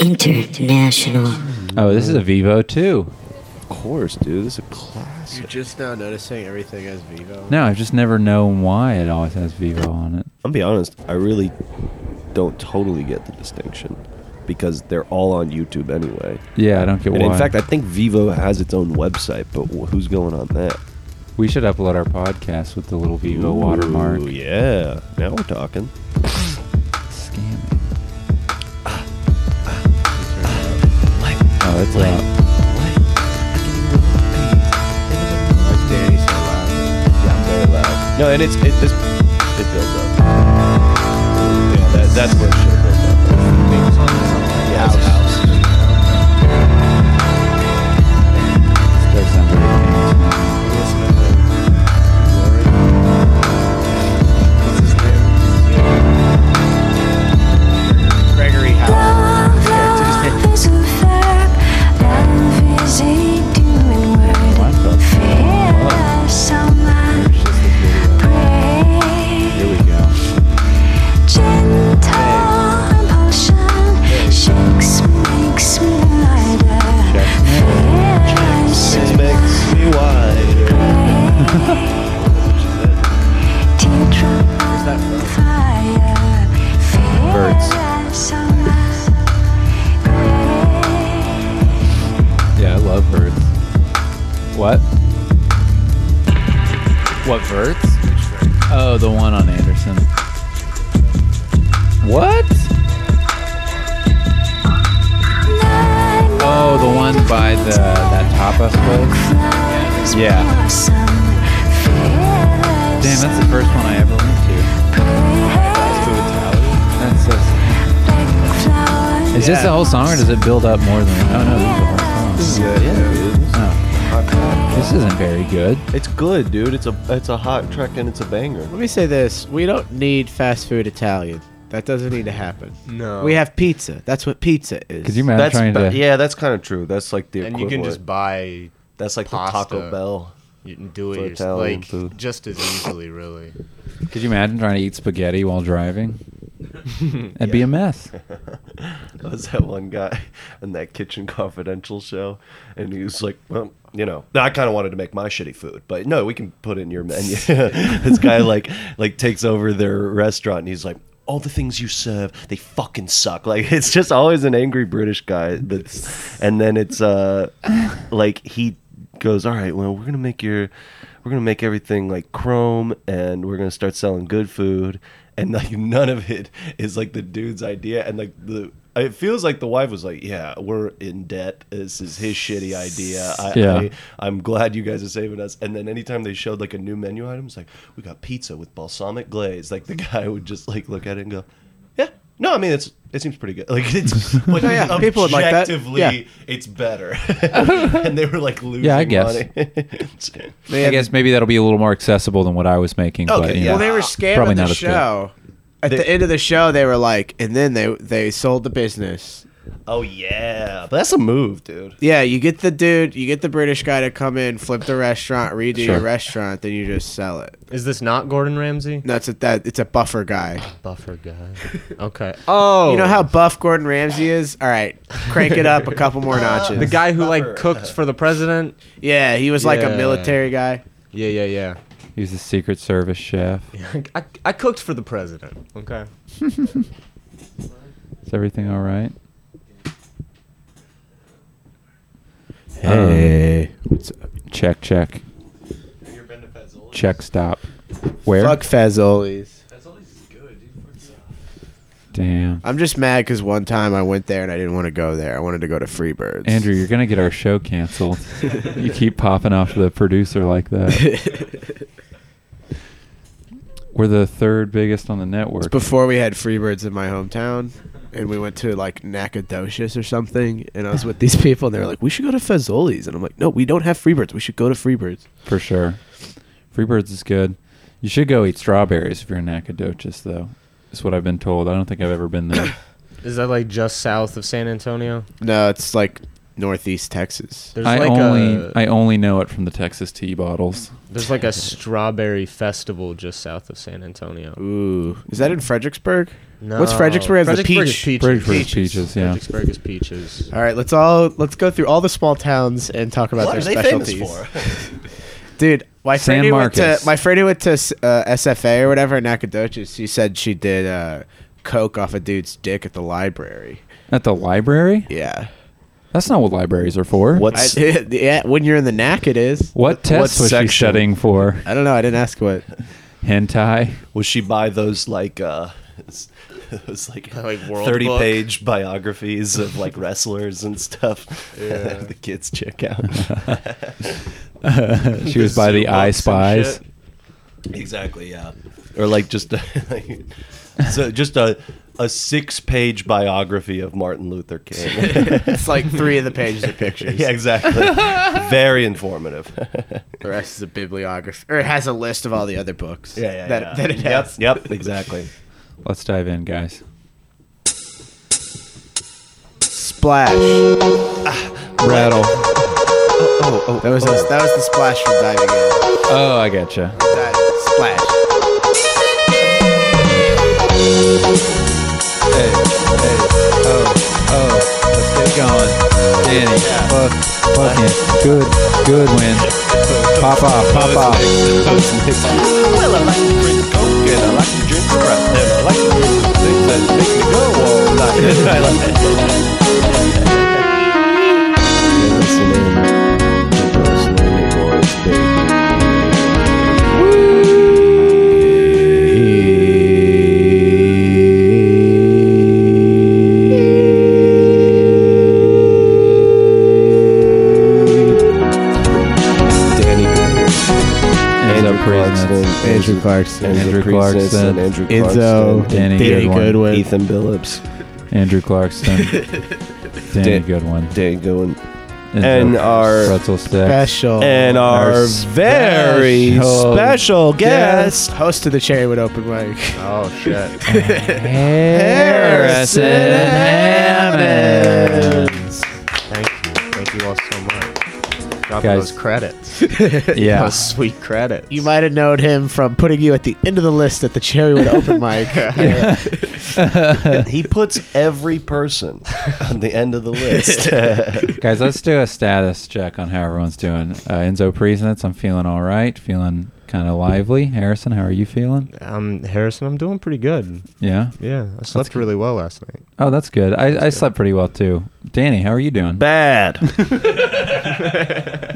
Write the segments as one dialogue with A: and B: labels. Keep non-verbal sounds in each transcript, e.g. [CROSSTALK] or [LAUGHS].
A: International.
B: Oh, this is a Vivo too.
C: Of course, dude. This is a classic.
D: You're just now noticing everything as Vivo.
B: No, I've just never known why it always has Vivo on it.
C: I'm be honest. I really don't totally get the distinction because they're all on YouTube anyway.
B: Yeah, I don't get
C: And
B: why.
C: in fact, I think Vivo has its own website, but wh- who's going on that?
B: we should upload our podcast with the little Vivo watermark.
C: Ooh, yeah. Now we're talking.
B: Scamming. Oh, it's loud.
D: Why's Danny so loud?
C: Yeah, very loud. No, and it's it this it builds up. Yeah, that, that's what should have built up.
D: Yeah, house.
B: This does sound very famous.
D: Listening to Glory. What's his name? Gregory House. Here we go.
C: This makes me wider.
B: Yeah, I love birds. What? What birds? Oh, the one on Anderson. What? Oh, the one by the that tapas place.
E: Yeah.
B: Damn, that's the first one I ever went to. That's so. s- Is this the whole song, or does it build up more than? Oh no, this is the whole song.
C: Yeah, yeah, dude. This is
B: Oh,
C: a hot track.
B: this isn't very good.
C: It's good, dude. It's a it's a hot track and it's a banger.
D: Let me say this: we don't need fast food Italian. That doesn't need to happen.
F: No.
D: We have pizza. That's what pizza is.
B: Could you imagine
C: that's
B: trying
C: ba-
B: to?
C: yeah, that's kind of true. That's like the
F: and you
C: equivalent.
F: can just buy,
C: that's like the Taco
F: pasta.
C: Bell. [LAUGHS]
F: you can do it
C: For
F: yourself,
C: Italian
F: like
C: food.
F: just as easily, really.
B: Could you imagine trying to eat spaghetti while
C: [LAUGHS]
B: driving? That'd be a mess.
C: There was that one guy [LAUGHS] in that Kitchen Confidential show, and he was like, "Well, you know, I kind of wanted to make my shitty food, but no, we can put it in your menu." [LAUGHS] this guy like like takes over their restaurant, and he's like. All the things you serve, they fucking suck. Like [LAUGHS] it's just always an angry British guy. That's, and then it's uh, like he goes, all right, well, we're gonna make your, we're gonna make everything like chrome, and we're gonna start selling good food, and like [LAUGHS] none of it is like the dude's idea, and like the. It feels like the wife was like, "Yeah, we're in debt. This is his shitty idea. I,
B: Yeah.
C: I, am glad you guys are saving us." And then anytime they showed like a new menu item, it's like, "We got pizza with balsamic glaze." Like the [LAUGHS] guy would just like look at it and go, "Yeah, no, I mean it's it seems pretty good. Like
D: [LAUGHS]
C: it's but
D: yeah, people would like that.
C: objectively,
D: Yeah.
B: [LAUGHS]
C: it's better." and they were like losing
B: Yeah, I guess.
C: money. [LAUGHS]
D: They
B: I
D: had-
B: guess maybe that'll be a little more accessible than what I was making.
C: Okay,
B: but, you
C: yeah.
B: know.
D: Well, they were
B: Probably
D: scamming
B: not
D: the
B: as good.
D: show. At the end of the show, they were like, and then they they sold the business.
C: oh yeah, but that's a move, dude.
D: Yeah, you get the dude, you get the British guy to come in, flip the restaurant, redo
B: Sure.
D: your restaurant, then you just sell it.
F: Is this not Gordon Ramsay?
D: No, it's a that it's a buffer guy.
F: Buffer guy. Okay. Oh,
D: You know how buff Gordon Ramsay is? All right, crank it up a couple
F: [LAUGHS]
D: more notches.
F: the guy who
C: Buffer.
F: like cooked for the president?
D: yeah, he was like a
F: Yeah.
D: military guy.
F: Yeah, yeah, yeah.
B: He was a Secret Service chef.
F: [LAUGHS] I, I cooked for the president. Okay.
B: Is everything all right?
D: Hey, what's up?
B: Check, check, check. Stop. Where?
D: Fuck Fazoli's.
B: Damn.
D: I'm just mad because one time I went there and I didn't want to go there. I wanted to go to Freebirds.
B: Andrew,
D: [LAUGHS]
B: you're gonna get our show canceled. you keep popping off the producer like that. We're the third biggest on the network.
D: Before we had Freebirds in my hometown, and we went to like Nacogdoches or something, and I was with these people, and they were like, "We should go to Fazoli's," and I'm like, "No, we don't have Freebirds. We should go to Freebirds."
B: For sure. Freebirds is good. You should go eat strawberries if you're in Nacogdoches, though. That's what I've been told. I don't think I've ever been there.
F: Is that like just south of San Antonio?
D: No, it's like Northeast Texas.
F: There's
B: I
F: like
B: only
F: a
B: I only know it from the Texas tea bottles.
F: there's like a strawberry festival just south of San Antonio.
D: Ooh, is that in Fredericksburg?
F: No.
D: What's Fredericksburg? Has the
F: Fredericksburg is
D: peach.
F: peaches.
B: Fredericksburg is peaches, yeah.
F: Fredericksburg is peaches.
D: All right, let's all let's go through all the small towns and talk about
C: what
D: their
C: are they famous
D: specialties.
C: for? [LAUGHS]
D: Dude, my
B: San
D: friend went to
B: Marcos.
D: my friend who went to uh, SFA or whatever in Nacogdoches. She said she did uh, coke off a dude's dick at the library.
B: At the library?
D: Yeah,
B: That's not what libraries are for.
D: I,
C: What's
D: [LAUGHS] yeah. When you're in the knack, it is.
B: What test
C: what
B: was she
C: section?
B: studying for?
D: I don't know. I didn't ask what.
B: Hentai.
C: was she by those like uh [LAUGHS] it was like,
F: Like World
C: 30
F: Book?
C: page biographies of like wrestlers and stuff [LAUGHS]
F: Yeah.
C: the kids check out
B: she was by the I Spies.
C: exactly yeah or [LAUGHS] like just so just a a six page biography of Martin Luther King
D: [LAUGHS] [LAUGHS]
C: [LAUGHS]
D: it's like three of the pages are [LAUGHS] pictures.
C: yeah exactly very informative [LAUGHS]
D: The rest is a bibliography, or it has a list of all the other books.
C: yeah yeah
D: that,
C: yeah.
D: that it
C: yep,
D: has.
C: yep exactly
B: Let's dive in, guys.
D: Splash.
B: Rattle.
C: oh oh
D: That was us- that was the splash from diving in.
B: Oh, I gotcha.
D: Dive, splash.
B: Hey, hey, oh, oh, let's get going. Danny, fuck, fucking good, good win. Pop off, pop off.
C: Well, I like to drink coke and I like to drink crap and I like to drink things that make me go all night. I like that.
B: Ends up
C: Clarkson.
B: praising it.
D: Andrew Clarkson.
B: Andrew Clarkson.
C: Andrew
D: Enzo,
C: Clarkson.
B: Danny
D: Danny
B: Goodwin.
D: Goodwin.
C: Ethan Billups.
B: Andrew [LAUGHS] Clarkson. Danny
C: Dan-
B: Goodwin.
C: Danny Goodwin. And our-
B: pretzel stick.
D: Special.
C: And our,
B: Our
C: very
B: special
C: special,
D: guest.
C: guest,
D: Host of the Cherrywood Open Mic.
F: Oh shit.
B: Harrison Hammond.
F: Thank you. Thank you all so much. Dropping
B: Guys.
F: those credits.
B: [LAUGHS] Yeah.
F: Those sweet credits.
D: You might have known him from putting you at the end of the list at the Cherrywood Open Mic. Yeah.
C: He puts every person on the end of the list.
B: Guys, let's do a status check on how everyone's doing. Uh, Enzo Priesnitz, I'm feeling all right, feeling kind of lively. Harrison, how are you feeling?
F: Um, Harrison, I'm doing pretty good.
B: Yeah.
F: Yeah, I slept really well last night.
B: Oh, that's good. I, I slept pretty well too. Danny, how are you doing? [LAUGHS]
C: Bad.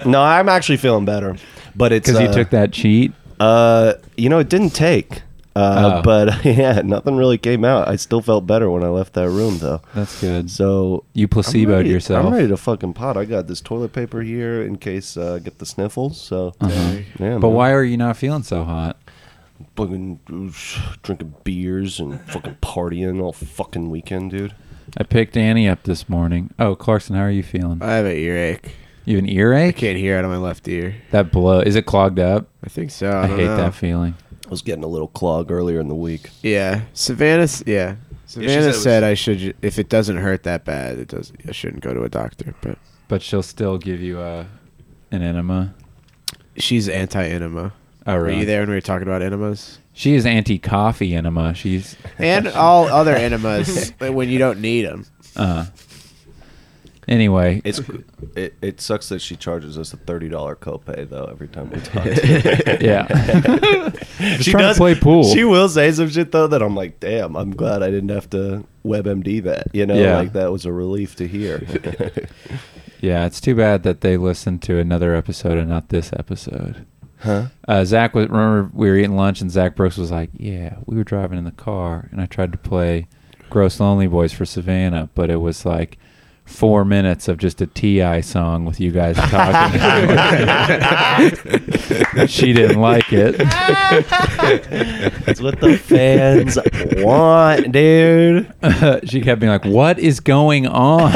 C: no, I'm actually feeling better, but it's
B: Because you
C: uh,
B: took that cheat.
C: Uh, you know, it didn't take. Uh,
B: Oh.
C: But [LAUGHS] yeah, nothing really came out. I still felt better when I left that room, though.
B: That's good.
C: So
B: You
C: I'm
B: placeboed
C: ready-
B: yourself.
C: I'm ready to fucking pot. I got this toilet paper here in case uh, I get the sniffles. So yeah,
B: Uh-huh. But
C: man.
B: why are you not feeling so hot?
C: fucking oof, drinking beers and fucking partying all fucking weekend, dude?
B: I picked Danny up this morning. Oh, Clarkson, how are you feeling?
D: I have an earache.
B: You have an
D: I
B: earache?
D: can't hear out of my left ear.
B: That blow. Is it clogged up?
D: I think so. I,
B: I,
D: don't
B: hate
D: know.
B: that feeling.
C: I was getting a little clog earlier in the week.
D: Yeah, Savannah. s- Yeah, Savannah
C: said it
D: said,
C: was-
D: I should. ju- If it doesn't hurt that bad, it does. I shouldn't go to a doctor. But
B: But she'll still give you uh, an enema.
D: she's anti enema.
B: Oh,
D: Were
B: really?
D: you there when we were talking about enemas?
B: She is anti coffee enema. She's
D: And all other enemas when you don't need them.
B: uh anyway.
C: It's it, it sucks that she charges us a thirty dollar copay though every time we talk. to her.
D: [LAUGHS]
B: Yeah. Just trying to play pool.
C: She will say some shit though that I'm like, damn, I'm glad I didn't have to WebMD that. You know,
B: Yeah.
C: like that was a relief to hear.
B: yeah, it's too bad that they listened to another episode and not this episode.
C: huh?
B: Uh, Zach was remember we were eating lunch and Zach Brooks was like, "Yeah, we were driving in the car and I tried to play Gross Lonely Boys for Savannah, but it was like four minutes of just a Ti song with you guys talking. she didn't like it. [LAUGHS]
C: That's what the fans want, dude.
B: she kept being like, "What is going on?"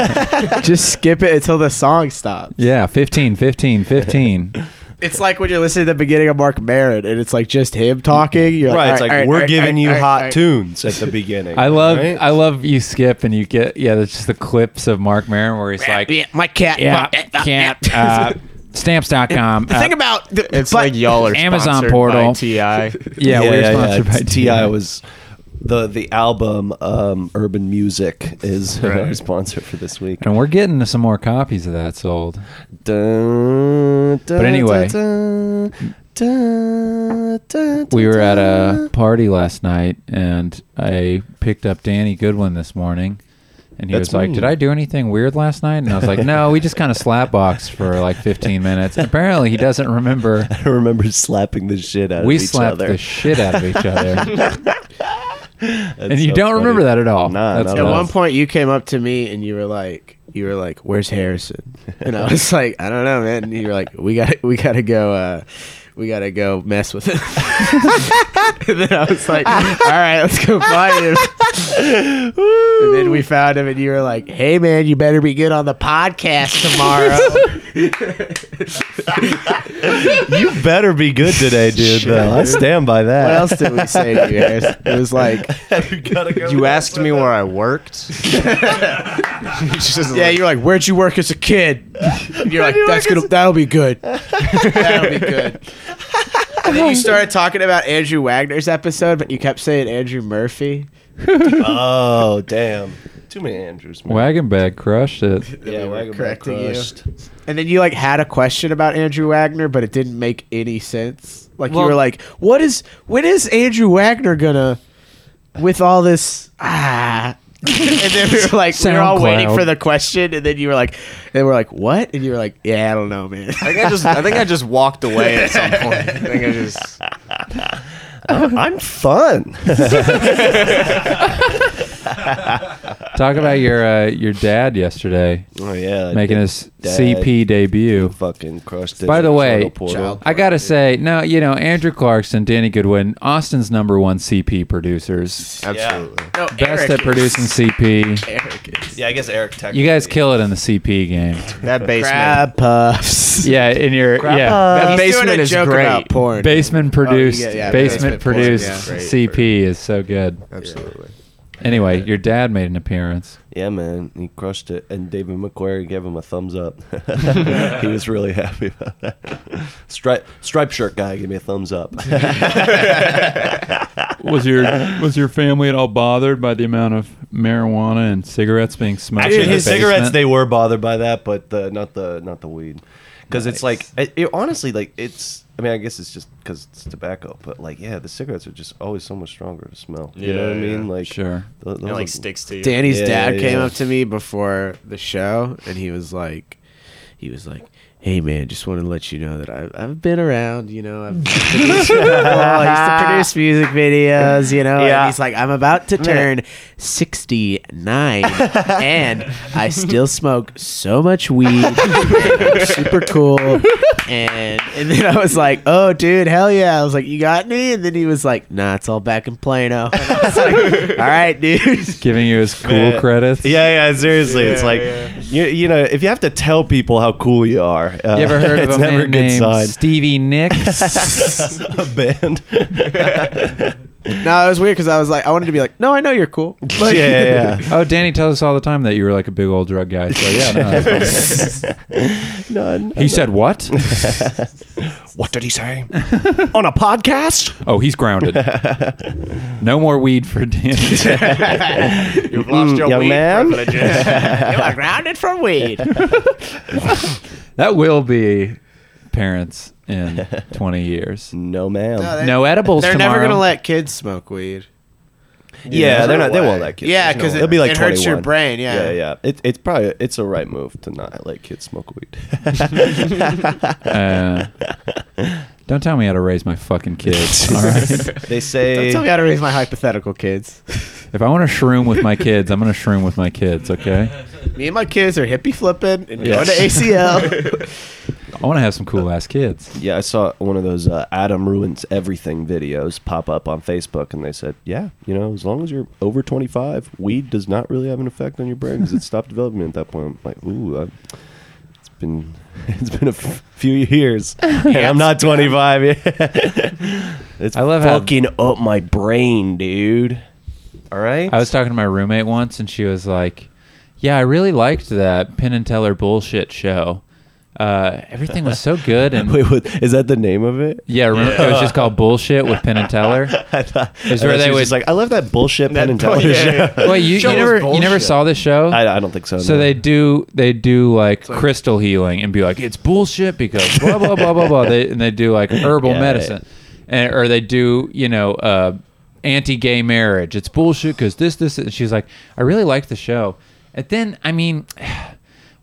D: Just skip it until the song stops.
B: yeah, 15, 15, 15.
D: It's like when you're listening to the beginning of Mark Maron and it's like just him talking. You're
C: right. It's
D: "All
C: like
D: all all
C: we're
D: all
C: giving
D: all
C: you
D: all
C: hot
D: all
C: tunes at the beginning.
B: I love
C: right?
B: I love you skip and you get yeah. That's just the clips of Mark Maron where he's like
D: Yeah, my cat.
B: yeah
D: my-
B: can't uh, stamps.com.
D: The
B: uh,
D: thing about the,
F: It's
D: but-
F: like y'all are
B: Amazon
F: sponsored
B: portal.
F: by
D: [LAUGHS]
F: Ti.
B: yeah, we're sponsored by
C: Ti. was the the album um, Urban Music is [LAUGHS] our sponsor for this week.
B: and we're getting some more copies of that sold.
C: Dun, dun,
B: anyway,
C: dun, dun, dun,
B: We were at a
C: dun.
B: party last night, and I picked up Danny Goodwin this morning, and he
C: That's
B: was like,
C: me.
B: "Did I do anything weird last night?" And I [LAUGHS] was like, "No, we just kind of slapboxed for like 15 minutes." Apparently, he doesn't remember.
C: I remember slapping the shit out
B: we
C: of each
B: slapped
C: [LAUGHS] other.
B: the shit out of each [LAUGHS] other,
C: That's
B: and you
C: so
B: don't
C: funny.
B: remember that at all.
C: Nah,
B: That's
C: not
D: At
C: at
B: what
C: all.
D: one point, you came up to me and you were like, "You were like, where's Harrison?" And I was like, "I don't know, man." And you were like, "We got, to we got to go, uh, we got to go mess with him." [LAUGHS] and then I
C: [LAUGHS]
D: was like, "All right, let's go find him." [LAUGHS] and then we found him, and you were like, "Hey, man, you better be good on the podcast tomorrow."
C: You better be good today, dude. though. I stand by that.
D: [LAUGHS] what else did we say to you, Harrison? It was [LAUGHS] like,
C: [LAUGHS] you gotta go
F: You asked me where I worked. Just like-
D: "Yeah, you're like, where'd you work as a kid?" And you're like, "That's gonna, that'll be [LAUGHS] good." That'll be good. And then you started talking about Andrew Wagner's episode, but you kept saying Andrew Murphy.
C: Oh, damn. Too many Andrews, man.
B: Wagon bag crushed it.
C: yeah,
D: we were
C: Wagon Bag
D: correcting you.
C: crushed.
D: And then you like had a question about Andrew Wagner, but it didn't make any sense. Like
B: Well-
D: you were like, "What is when is Andrew Wagner gonna with all this ah?" and then we were like, we were all waiting
B: SoundCloud.
D: for the question, and then you were like, and we're like, "What?" And you were like, "Yeah, I don't know, man."
F: I think I just I think I just walked away at some point. I think I just
C: I'm fun. [LAUGHS]
B: Talk about your uh, your dad yesterday
C: oh
B: [LAUGHS]
C: yeah,
B: making
C: dude.
B: his
C: Dad.
B: CP debut.
C: fucking crushed it.
B: By the way,
C: Portal portal.
D: Child.
B: I gotta say, no, you know, Andrew Clarkson, Danny Goodwin, Austin's number one CP producers.
F: absolutely.
D: No,
B: Best
D: Eric
B: at
D: is.
B: producing CP.
D: Eric is.
C: Yeah, I guess Eric. Technically.
B: You guys kill it in the CP game.
F: That basement.
D: Crab puffs.
B: Yeah, in your yeah.
D: He's doing
F: That basement
D: a
F: is
D: joke
F: great.
D: about porn.
C: Oh,
B: Basement produced
D: yeah, yeah,
B: basement
D: basement
B: produced
D: produced,
F: yeah.
B: CP is so good.
F: Absolutely.
B: Anyway, your dad made an appearance.
C: Yeah, man, he crushed it. And David McQuarrie gave him a thumbs up. [LAUGHS] he was really happy about that. Stripe stripe shirt guy gave me a thumbs up. [LAUGHS]
B: Was your was your family at all bothered by the amount of marijuana and cigarettes being smoked?
C: Actually, his cigarettes they were bothered by that, but the, not the not the weed, because it's like it, it- honestly like it's. I mean, I guess it's just because it's tobacco, but like yeah, the cigarettes are just always so much stronger to smell. You know what I
F: Yeah, yeah.
C: mean? Like
B: Sure.
C: th- those
F: It
C: are-
F: like sticks to you.
D: Danny's
C: Yeah,
D: dad
C: yeah,
D: came
C: yeah.
D: up to me before the show, and he was like, he was like, "Hey man, just want to let you know that I've I've been around. You know,
C: [LAUGHS]
D: I've produced, I used to produce music videos. You know,
C: Yeah.
D: and he's like, I'm about to turn
C: [LAUGHS]
D: 69, and I still smoke so much weed. and I'm super cool. And and then I was like, "Oh, dude, hell yeah!" I was like, "You got me?" And then he was like, "Nah, it's all back in Plano." [LAUGHS] And I was like, "All right, dude."
B: giving you his
C: [LAUGHS]
B: cool
C: Yeah.
B: credits. [LAUGHS]
C: Yeah, yeah, seriously. it's
F: Yeah,
C: like,
F: yeah.
C: You, you know, if you have to tell people how cool you are, uh,
B: You ever
C: [LAUGHS]
B: heard of
C: it's
B: a
C: never
B: man
C: a good
B: named
C: sign.
B: Stevie
C: [LAUGHS]
B: Nicks?
C: a
F: [LAUGHS]
C: band.
D: No, it was weird because I was like, I wanted to be like, no, I know you're [LAUGHS] cool.
C: [LAUGHS] yeah,
D: Like,
C: yeah, yeah.
B: oh, Danny tells us all the time that you were like a big old drug guy. So yeah,
F: [LAUGHS]
B: no, that's fine.
C: No, [LAUGHS] no,
B: he said what?
C: what did he say? On a podcast?
B: Oh, he's
C: [LAUGHS]
B: grounded. No more weed for Danny.
F: You've lost
C: Mm,
F: your
C: young
F: weed
C: man.
D: [LAUGHS]
F: privileges.
D: you are grounded from weed.
B: that will be parents [LAUGHS] in 20 years.
C: No, ma'am.
D: [LAUGHS] No, they-
B: No edibles
D: They're
B: tomorrow.
D: never gonna let kids smoke weed.
C: yeah,
F: There's
C: they're
F: no
C: not. They
F: way.
C: won't let kids.
D: Yeah,
C: There's no
D: 'cause
C: way.
D: it-
C: They'll be like
D: it hurts your
C: 21.
D: brain, yeah.
C: yeah, yeah. It, it's probably it's a right move to not let kids smoke [LAUGHS] weed.
B: Uh,
D: [LAUGHS]
B: don't tell me how to raise my fucking kids. All right.
C: they say
D: Don't tell me how to raise my hypothetical kids.
B: If I want to shroom with my kids, I'm going to shroom with my kids, okay?
D: [LAUGHS] Me and my kids are hippie flipping and
B: Yeah.
D: going to [LAUGHS] ACL.
B: I want to have some cool ass kids.
C: Yeah, I saw one of those uh, Adam ruins everything videos pop up on Facebook, and they said, "Yeah, you know, as long as you're over 25, weed does not really have an effect on your brain because it stopped developing at that point." I'm like, ooh, uh, it's been [LAUGHS] it's been a f-
B: [LAUGHS]
C: few years. And I'm not 25 yet. it's
B: I love how-
C: fucking up my brain, dude. All right.
B: I was talking to my roommate once, and she was like, "Yeah, I really liked that Penn and Teller bullshit show. Uh, everything was so good."
D: [LAUGHS]
B: And
C: [LAUGHS] Wait, what, is that the name of it? [LAUGHS]
B: yeah, remember, it was just called bullshit with Penn and Teller.
C: I thought
B: Is
C: I
B: where
C: thought
B: they
C: she
B: would-
C: was
B: Oh,
C: just like I love that bullshit
B: [LAUGHS]
C: pen and teller
D: yeah,
C: [LAUGHS]
D: yeah.
C: show.
B: Wait, you, you
D: Show was
B: never you never
D: bullshit.
B: saw this show?
C: I, I don't think so.
B: So
C: no.
B: they do they do like crystal healing and be like it's bullshit because blah blah blah blah blah. They and they do
C: [LAUGHS]
B: like herbal
C: Yeah,
B: medicine, and or they do you know uh, anti-gay marriage. It's bullshit because this this. And she's like, I really like the show, and then I mean. [SIGHS]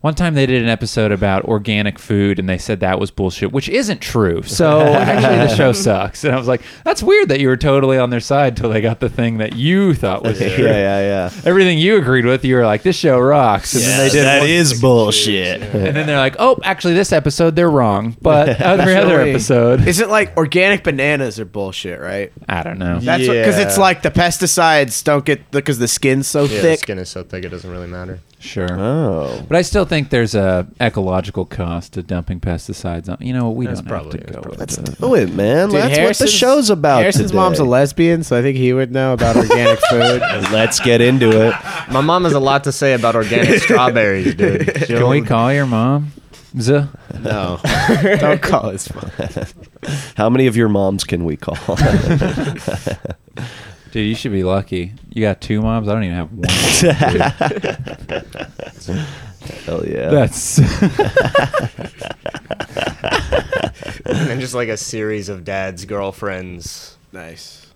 B: One time they did an episode about organic food and they said that was bullshit, which isn't true.
C: [LAUGHS]
B: So actually the show sucks. And I was like, that's weird that you were totally on their side till they got the thing that you thought was
C: yeah,
B: true.
C: yeah, yeah.
B: Everything you agreed with, you were like, this show rocks. And then they
C: That is
B: did one-
C: bullshit.
B: and then they're like, "Oh, actually, this episode they're wrong, but
F: [LAUGHS]
B: every other
D: Surely.
B: episode,
D: Isn't like organic bananas are bullshit, right?
B: I don't know."
D: That's because
C: Yeah.
D: it's like the pesticides don't get because the skin's so
F: Yeah, the
D: thick.
F: skin is so thick it doesn't really matter.
B: Sure,
C: Oh,
B: but I still think there's a ecological cost to dumping pesticides on. You know, we
F: That's
B: don't
F: probably-
B: have to
F: that's
B: go
F: probably-
B: with that.
C: do it, man.
D: Dude,
C: That's what the
D: Harrison's-
C: show's about.
D: Harrison's
C: today.
D: mom's a lesbian, so I think he would know about organic food.
C: Let's get into it.
F: My mom has a lot to say about organic [LAUGHS] strawberries, dude.
B: Can we call your mom? Z.
D: [LAUGHS] No, [LAUGHS] don't call his mom.
C: [LAUGHS] How many of your moms can we call? [LAUGHS]
B: Dude, you should be lucky. You got two moms. I don't even have one.
F: [LAUGHS]
C: Hell yeah.
B: That's [LAUGHS]
F: And then just like a series of dad's girlfriends. [LAUGHS]
D: Nice.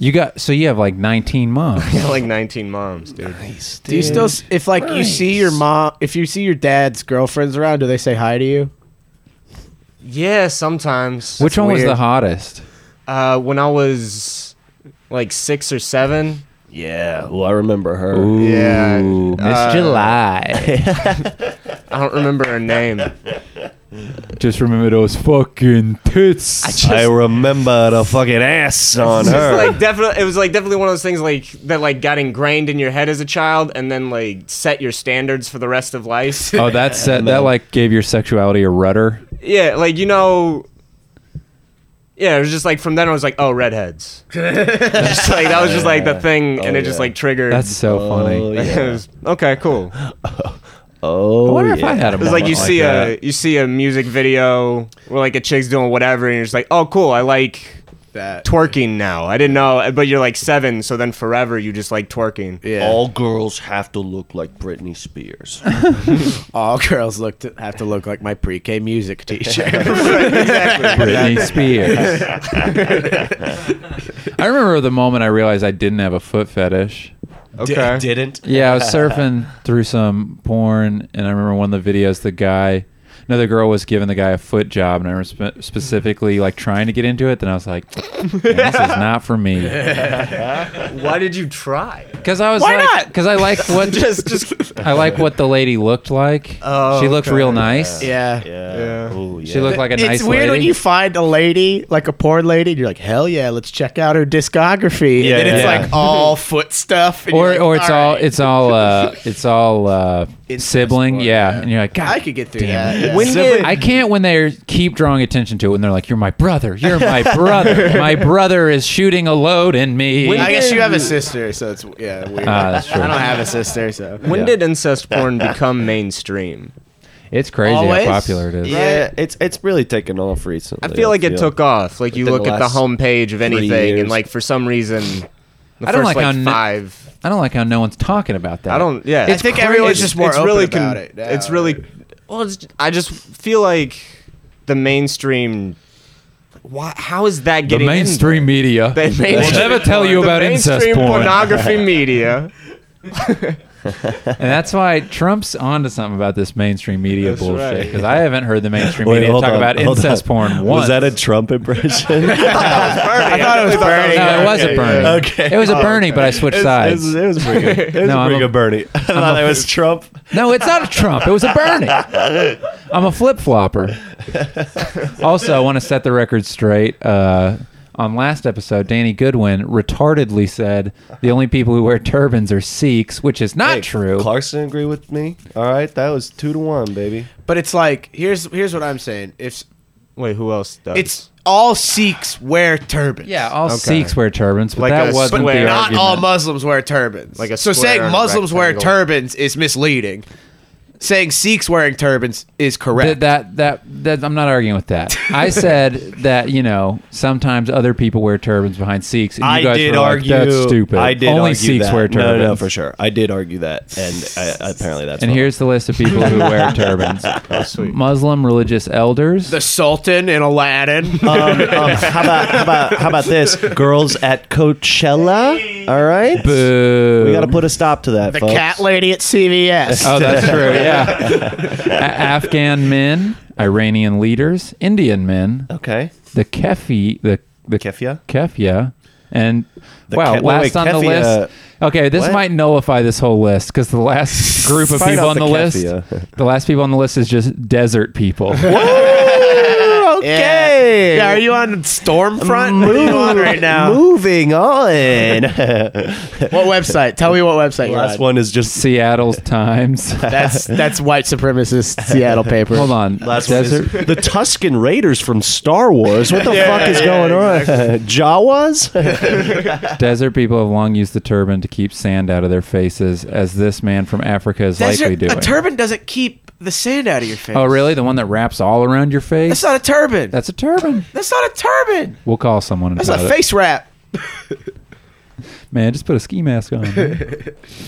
B: you got. So you have like 19 moms.
F: [LAUGHS] like 19 moms, dude.
D: Do you still s- if like you see your mom if you see your dad's girlfriends around, do they say hi to you?
F: Yeah, sometimes.
B: Which one was
D: weird.
B: the hottest?
F: Uh, when I was like six or seven,
C: yeah. Well, I remember her.
B: Ooh,
F: Yeah,
B: Miss
F: uh, [LAUGHS]
B: July.
F: I don't remember her name.
B: Just remember those fucking tits.
C: I remember the fucking
D: [LAUGHS]
C: ass on
F: It's
C: her.
F: like definitely, it was like definitely one of those things like that like got ingrained in your head as a child, and then like set your standards for the rest of life.
B: Oh, that set that like gave your sexuality a rudder.
F: [LAUGHS] yeah, like you know. Yeah, it was just like from then I was like, oh, redheads. [LAUGHS] just like that was just like the thing, and
C: Oh,
F: it just
C: yeah.
F: like triggered.
B: That's
F: [LAUGHS]
B: so
C: Oh,
B: funny.
F: It
C: yeah.
F: was- okay, cool.
C: Oh,
B: I wonder
C: yeah.
B: if I had a
F: It was like you
B: moment
F: see
B: that.
F: [LAUGHS] a you see a music video where like a chick's doing whatever, and you're just like, oh, cool, I like
D: That
F: twerking now. I didn't know, but you're like seven, so then forever you just like twerking.
D: yeah. All,
C: All girls have to look like Britney
D: [LAUGHS]
C: Spears.
D: girls look to, have to look like my pre-K [LAUGHS] music teacher.
B: Britney Spears.
F: [LAUGHS]
B: I remember the moment I realized I didn't have a foot fetish.
F: Okay.
C: didn't.
B: Yeah, I was surfing through some porn, and I remember one of the videos. The guy, another girl was giving the guy a foot job, and I remember spe- specifically like trying to get into it. Then I was like, "Man, "This is not for me,"
F: [LAUGHS] Why did you try?
B: because I was
F: Why
B: like,
F: not?
B: Because I liked
F: [LAUGHS]
B: what
F: Just, just.
B: I like what the lady looked like.
F: Oh,
B: she looked
F: okay.
B: real nice.
D: [LAUGHS] yeah.
C: Yeah.
F: Yeah.
C: Oh, yeah.
B: She looked like a
D: it's
B: nice
D: weird
B: lady.
D: when you find a lady, like a porn lady, and you're like, hell yeah, let's check out her discography.
C: Yeah,
D: and then it's
C: yeah.
D: like all foot stuff. and
B: or
D: you're like,
B: or it's all
D: right.
B: it's all uh it's all uh
D: Incest
B: sibling
D: porn,
B: yeah.
D: yeah.
B: and you're like God,
D: I could get through
B: damn
D: that.
B: it."
D: yeah.
F: When did-
B: I can't when they keep drawing attention to it and they're like you're my brother you're my brother my brother is shooting a load in me
F: When
D: I
B: ah
F: did-
D: guess you have a sister, so it's yeah weird.
B: that's
D: I don't
B: true
D: have a sister, so
F: When
C: Yeah.
F: did incest
D: [LAUGHS]
F: porn become mainstream?
B: it's crazy
D: Always?
B: how popular it is
D: Yeah.
C: Yeah, it's it's really taken off recently.
F: I feel like it took off. Like you
C: Within
F: look
C: the
F: at the
C: last
F: homepage of anything,
C: years.
F: and like for some reason, the
B: I don't
F: I don't
B: like
F: first
B: how
F: like
B: no-
F: five.
B: I don't like how no one's talking about that
F: I don't. Yeah,
D: I think everyone's just more open about it now.
F: It's really. Well, it's, I just feel like the mainstream. Why, how is that
B: the
F: getting in there? [LAUGHS]
B: mainstream media
F: They
B: will never tell you about incest
F: mainstream
B: porn
F: [LAUGHS] pornography media.
B: and that's why Trump's onto something about this mainstream media
F: That's
B: bullshit
F: right.
B: because I haven't heard the mainstream media talk about incest porn once
C: Was that a
B: [LAUGHS]
C: Trump impression?
F: I
D: thought it was Bernie.
B: no, it wasn't
F: Okay,
B: Bernie.
F: yeah.
B: It was a Bernie, but I switched sides.
C: It was, it was pretty good. It
B: [LAUGHS]
C: was
B: No, I'm
C: pretty
B: a-
C: good Bernie. [LAUGHS] I thought it was Trump.
B: No, it's not a Trump. It was a Bernie.
C: [LAUGHS]
B: I'm a flip flopper. Also, I want to set the record straight. Uh, on last episode, Danny Goodwin retardedly said the only people who wear turbans are Sikhs, which is not
C: Hey,
B: true.
C: Clarkson agree with me. All right, that was two to one, baby.
D: But it's like here's here's what I'm saying. If
F: Wait, who else does?
D: it's all Sikhs wear turbans.
B: yeah, all
F: Okay.
B: Sikhs wear turbans, but
F: Like
B: that
F: a
B: wasn't the
F: square.
D: Not
B: argument.
D: all Muslims wear turbans.
F: Like a
D: so
F: square
D: saying
F: and a
D: Muslims wear
F: rectangle.
D: turbans is misleading. Saying Sikhs wearing turbans is correct.
B: Th- that, that that I'm not arguing with
C: [LAUGHS]
B: that. I said that you know sometimes other people wear turbans behind Sikhs. And you
C: I
B: guys
C: did
B: were like,
C: argue.
B: That's stupid.
C: I did
B: Only
C: argue
B: Sikhs
C: that.
B: wear
C: No,
B: turbans.
C: no, no, for sure. I did argue that, and I, apparently that's.
B: And
C: wrong.
B: here's the list of people who
C: [LAUGHS]
B: wear turbans:
C: Oh,
B: Muslim religious elders,
D: the Sultan in Aladdin.
F: [LAUGHS] Oh.
C: Um, um, how about how about how
B: [LAUGHS]
C: about this? Girls at Coachella. All right,
B: Boo.
C: we got to put a stop to that.
D: the
C: folks.
D: cat lady at CVS.
B: Oh, that's true. Yeah, A-
C: [LAUGHS]
B: Afghan men, Iranian leaders, Indian men,
C: Okay,
B: the kefi, the the
C: Kefia.
B: Kefia. And wow,
C: ke- wait,
B: last
C: wait,
B: on the
C: kefia- uh,
B: list. Okay, this
C: what?
B: might nullify this whole list because the
C: [LAUGHS]
B: last group of
C: Fight
B: people
C: off
B: on the,
C: the
B: list,
C: kefia.
B: the last people on the list is just desert
C: [LAUGHS]
B: people.
D: Yeah. Yeah, are you on Stormfront? what are you on right now?
C: Moving
B: [LAUGHS]
C: [LAUGHS] on. Last
D: [LAUGHS] What website? Tell me what website you're on.
C: one is just
B: Seattle's
C: [LAUGHS]
B: Times.
D: That's that's white [LAUGHS] supremacist Seattle
B: [LAUGHS]
D: paper.
B: Hold on,
C: last
B: desert.
C: one is the Tuscan Raiders from Star Wars. What the
F: Yeah,
C: fuck is
F: yeah,
C: going on? [LAUGHS] Jawas?
B: [LAUGHS]
C: [LAUGHS]
B: Desert people have long used the turban to keep sand out of their faces, as this man from Africa is
D: That's
B: likely
D: your-
B: doing.
D: A turban doesn't keep the sand out of your face.
B: oh, really? The one that wraps all around your face?
D: That's not a turban.
B: That's a turban.
D: That's not a turban.
B: We'll call someone and
D: That's
B: about
D: a
B: it.
D: face wrap.
B: Man, just put a ski mask on.
D: [LAUGHS]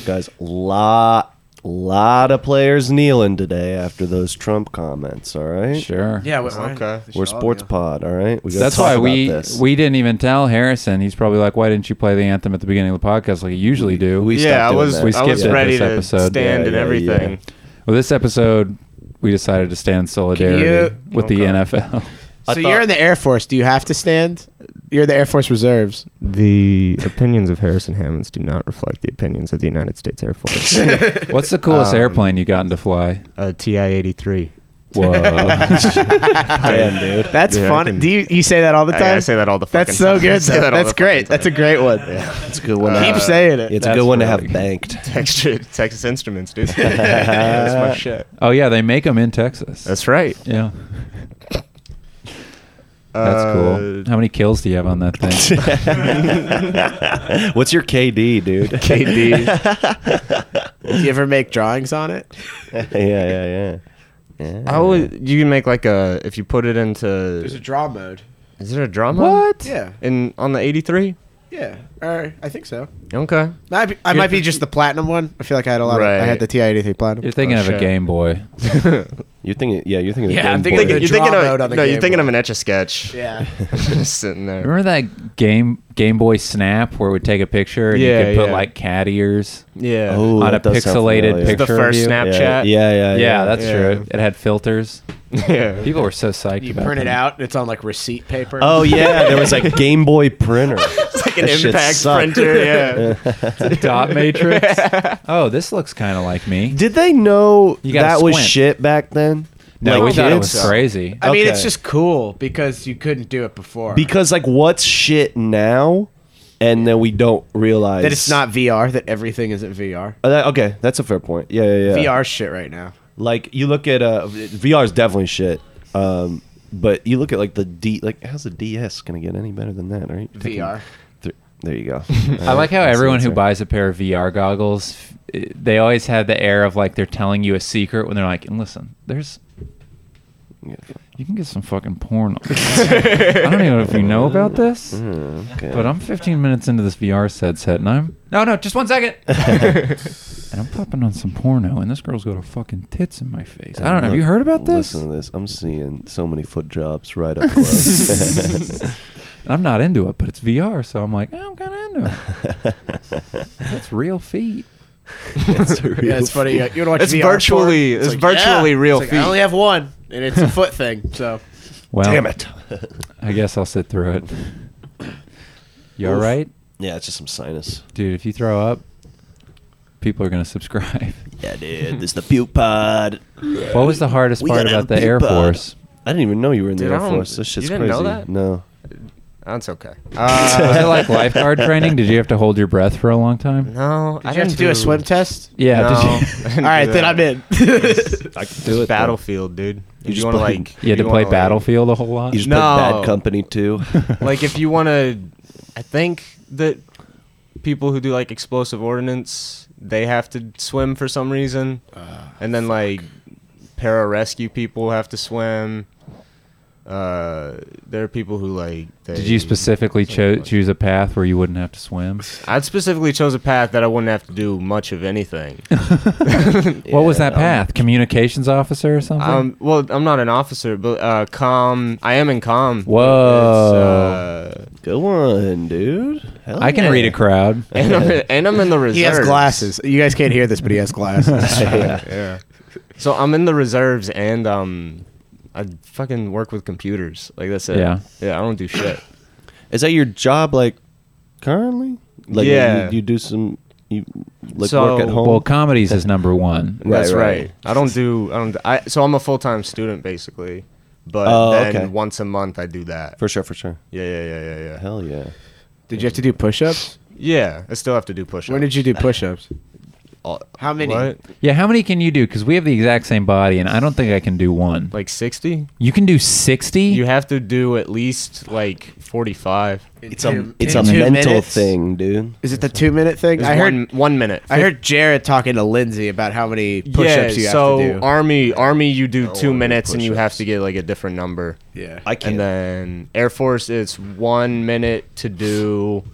C: Guys, lot lot of players kneeling today after those Trump comments. All right,
B: sure.
F: okay.
D: Oh,
C: We're Sports Pod. All right, we gotta
B: That's
C: talk
B: why
C: about
B: we
C: this.
B: we didn't even tell Harrison. He's probably like, "Why didn't you play the anthem at the beginning of the podcast like you usually do?"
C: We stopped
F: yeah, I
C: doing
F: was
C: that.
B: We
F: I was
B: skipped it
F: ready
B: this
F: to
B: episode.
F: stand
C: Yeah,
F: and
C: yeah,
F: everything.
B: well, this episode we decided to stand in solidarity
D: Can
B: with the NFL.
D: So you're in the Air Force. Do you have to stand? You're the Air Force Reserves.
A: The opinions of Harrison Hammonds do not reflect the opinions of the United States Air Force.
B: [LAUGHS]
F: [LAUGHS]
B: What's the coolest
A: Um,
B: airplane you gotten to fly?
A: uh, TI 83.
F: [LAUGHS]
B: Whoa!
C: Damn, dude.
D: That's
A: Yeah, I
D: fun.
A: can-
D: Do you, you say that all the
F: I,
D: time?
F: I say that all the fucking
D: That's so
F: time. [LAUGHS] I
D: good.
F: say
D: though.
F: that all
D: That's
F: the fucking
D: great. That's a great one.
C: It's a good one.
D: Keep saying
F: Uh,
D: it.
C: It's a
B: That's
C: good one to
B: really
C: have
B: good. [LAUGHS]
C: banked.
F: [LAUGHS] Texture, Texas Instruments, dude. That's my shit.
B: oh yeah, they make them in Texas.
F: That's [LAUGHS] right.
B: yeah. That's cool. How many kills do you have on that thing?
C: What's your KD, dude? [LAUGHS]
F: KD.
D: Do you ever make drawings on it?
C: yeah, yeah, yeah. yeah.
F: I would. You can make like a if you put it into.
D: draw mode.
F: Is there a drama?
B: what?
D: Yeah.
F: In on the eighty three.
D: Yeah. Or I think so.
F: Okay.
D: I, I [LAUGHS] might be just the platinum one. I feel like I had a lot. Of, I had
F: Right.
D: the TI-83 platinum.
B: You're thinking
F: Oh,
B: of a
F: shit.
B: Game Boy.
C: You're thinking, yeah, you're thinking. of
D: Yeah,
C: Game
D: I'm
C: Boy.
D: thinking-
F: you're
D: The
F: thinking
D: draw
F: of
D: mode on the
F: no. You're
D: Game
F: thinking
D: Boy.
F: of an etch a sketch.
D: [LAUGHS] Yeah.
F: [LAUGHS] Just sitting there.
B: Remember that game Game Boy Snap where we take a picture and
F: Yeah,
B: you could put
F: yeah.
B: like cat ears.
F: Yeah.
C: Oh,
B: on a
C: that does sound
B: pixelated
C: familiar.
B: picture.
F: the
B: of
F: first
B: you.
F: snap-
C: Yeah,
F: Snapchat.
C: Yeah, yeah, yeah.
B: Yeah, that's
F: Yeah.
B: true. It had filters.
F: [LAUGHS] Yeah.
B: People were so psyched.
D: You
B: about
D: print it
B: them.
D: out, and it's on like receipt paper.
C: Oh yeah,
B: [LAUGHS]
C: there was a Game Boy printer. it's
F: Like an impact printer.
D: [LAUGHS]
F: Yeah. [LAUGHS]
B: Dot matrix. oh, this looks kind of like me.
C: Did they know
B: You gotta
C: that was
B: squint.
C: shit back then?
B: No,
C: Like
B: we thought it
C: kids?
B: was crazy.
D: I mean, it's
C: okay.
D: just cool because you couldn't do it before.
C: Because like, what's shit now? And then we don't realize
D: that it's not VR. That everything isn't VR.
C: Uh, that- okay, that's a fair point. Yeah, yeah, yeah.
D: VR shit right now.
C: Like you look at uh, VR is definitely shit. Um, but you look at like the D. Like, how's the DS gonna get any better than that? Right? Taking
D: VR.
C: th- there
B: [LAUGHS]
C: you go.
B: I like how
C: That's
B: everyone
C: the
B: who
C: answer.
B: buys a pair of VR goggles, f- they always have the air of like they're telling you a secret when they're like, and listen, there's you can get some fucking porn. on this."
F: [LAUGHS]
B: I don't even know if you know about this,
C: Mm, Okay.
B: but I'm 15 minutes into this VR headset and I'm no, no, just one
F: [LAUGHS]
B: second.
C: Uh, [LAUGHS]
B: and I'm popping on some porno, and this girl's got a fucking tits in my face. I don't know. Have you heard about this?
C: Listen to this. I'm seeing so many foot jobs right up close.
B: And I'm not into it, but it's VR, so I'm like, "Eh, I'm kind of into it.
C: [LAUGHS]
B: That's [LAUGHS] real feet.
C: [LAUGHS] That's real.
D: Yeah, it's funny. You want to watch
F: It's
D: VR porn?
F: virtually- it's virtually real
D: It's like, I
F: feet.
D: only have one, and it's a foot thing.
F: [LAUGHS]
D: So
B: Well,
C: Damn it.
B: I guess I'll sit through it. You all
C: Oof.
B: right?
C: yeah, it's just some sinus.
B: Dude, if you throw up, people are going to subscribe.
C: Yeah, dude. This is the puke pod.
B: What was the hardest
C: We
B: part
C: gotta
B: about the
C: have
B: Air
C: people.
B: Force?
C: I didn't even know you were in the
F: Dude, I
C: Air
F: don't-
C: Force. This shit's
F: you didn't know
C: crazy.
F: that?
C: No.
F: That's okay.
B: Was
D: [LAUGHS]
B: it
F: [LAUGHS] Uh,
B: like lifeguard training? Did you have to hold your breath for a long time?
F: no,
D: Did
F: I
D: you have
F: didn't
D: to do a swim test?
B: Yeah.
D: [LAUGHS]
F: No.
B: Did you?
F: I didn't
D: All right,
F: do
D: then
F: that.
D: I'm in. [LAUGHS]
C: I could
B: do it, though.
F: Battlefield, dude. If You
C: just
F: want to
C: play-
F: like?
B: You had
F: if
B: to play
F: wanna, like-
B: Battlefield a whole lot.
C: You just
F: No.
C: put Bad Company too.
F: like if you want to i think that people who do like explosive ordnance they have to swim for some reason
B: Ah,
F: and then like para rescue people have to swim uh there are people who like they,
B: Did you specifically cho- choose a path where you wouldn't have to
C: [LAUGHS]
B: swim?
F: i specifically chose a path that i wouldn't have to do much of anything
B: what was
C: um,
B: that path? Communications officer or something?
F: um well i'm not an officer but uh calm i am in calm
B: Whoa.
F: It's, uh,
C: Go on, dude. Hell
B: I can
C: yeah.
B: read a
C: [LAUGHS]
B: crowd. [LAUGHS]
F: and, I'm, and I'm in the reserves
D: He has glasses. You guys can't hear this, but he has
F: [LAUGHS]
D: glasses. yeah.
F: So I'm in the reserves and um I fucking work with computers. Like that's it.
B: Yeah.
F: Yeah, I don't do shit.
C: Is that your job, like currently? Like,
F: Yeah.
C: You, you do some. You like
F: So-
C: work at home.
B: Well, comedies is number one.
C: [LAUGHS] Right,
F: that's
C: right.
F: right. I don't do I don't I so I'm a full-time student basically. But
C: Oh,
F: then
C: okay.
F: once a month I do that.
C: for sure, for sure.
F: Yeah, yeah, yeah, yeah, yeah.
C: Hell yeah.
D: Did you have to do push-ups?
F: Yeah, I still have to do push-ups.
D: When did you do push-ups?
F: All-
D: How many?
F: What?
B: Yeah, how many can you do? Because we have the exact same body, and I don't think I can do one.
F: Like 60?
B: You can do 60?
F: You have to do at least like 45.
C: It's a
D: two-
C: it's
D: in
C: a
D: two
C: mental
D: minutes?
C: thing, dude.
D: Is it the two-minute thing?
F: It's
D: I heard.
F: one, one minute.
D: I heard Jared talking to Lindsay about how many push-ups you
F: yeah,
D: have
F: so
D: to do.
F: army army you do 2
C: wanna do
F: minutes and you have
C: push-ups.
F: to get like a different number.
D: yeah.
C: I can't.
F: And then Air Force, it's one minute to do.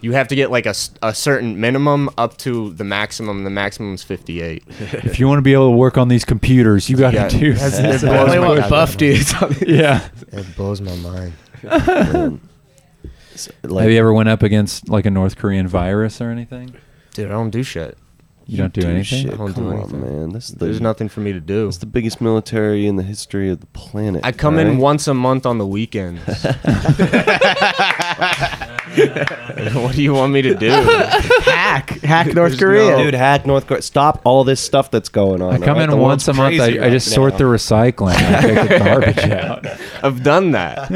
F: You have to get like a, s- a certain minimum up to the maximum. The
D: [LAUGHS]
F: maximum's 58.
B: if you want to be able to work on these computers, you got to
F: Yeah.
B: do.
C: [LAUGHS]
F: That's-
B: that.
F: that's what I
D: only
F: was
D: want
F: like,
D: buff dudes. On the-
B: yeah.
F: It blows my mind.
C: S-
B: have
C: like,
B: you ever went up against like a North Korean virus or anything?
F: Dude, I don't do shit.
B: You don't do, anything.
C: Shit.
F: I don't do
C: Come on,
F: anything.
C: man. This is the,
F: There's nothing for me to do.
C: It's the biggest military in the history of the planet.
F: I come in
C: right?
F: once a month on
C: [LAUGHS]
F: the weekends. [LAUGHS] what do you want me to do?
D: hack, hack North
F: There's no-
D: Korea.
C: Dude, hack North Korea. Stop all this stuff that's going on.
B: I come
C: all right?
B: in
C: The
B: once
C: world's
B: a month. I,
C: crazy
B: I
C: right
B: just
C: now.
B: sort
C: [LAUGHS]
B: the recycling. I take the garbage out.
F: I've done that.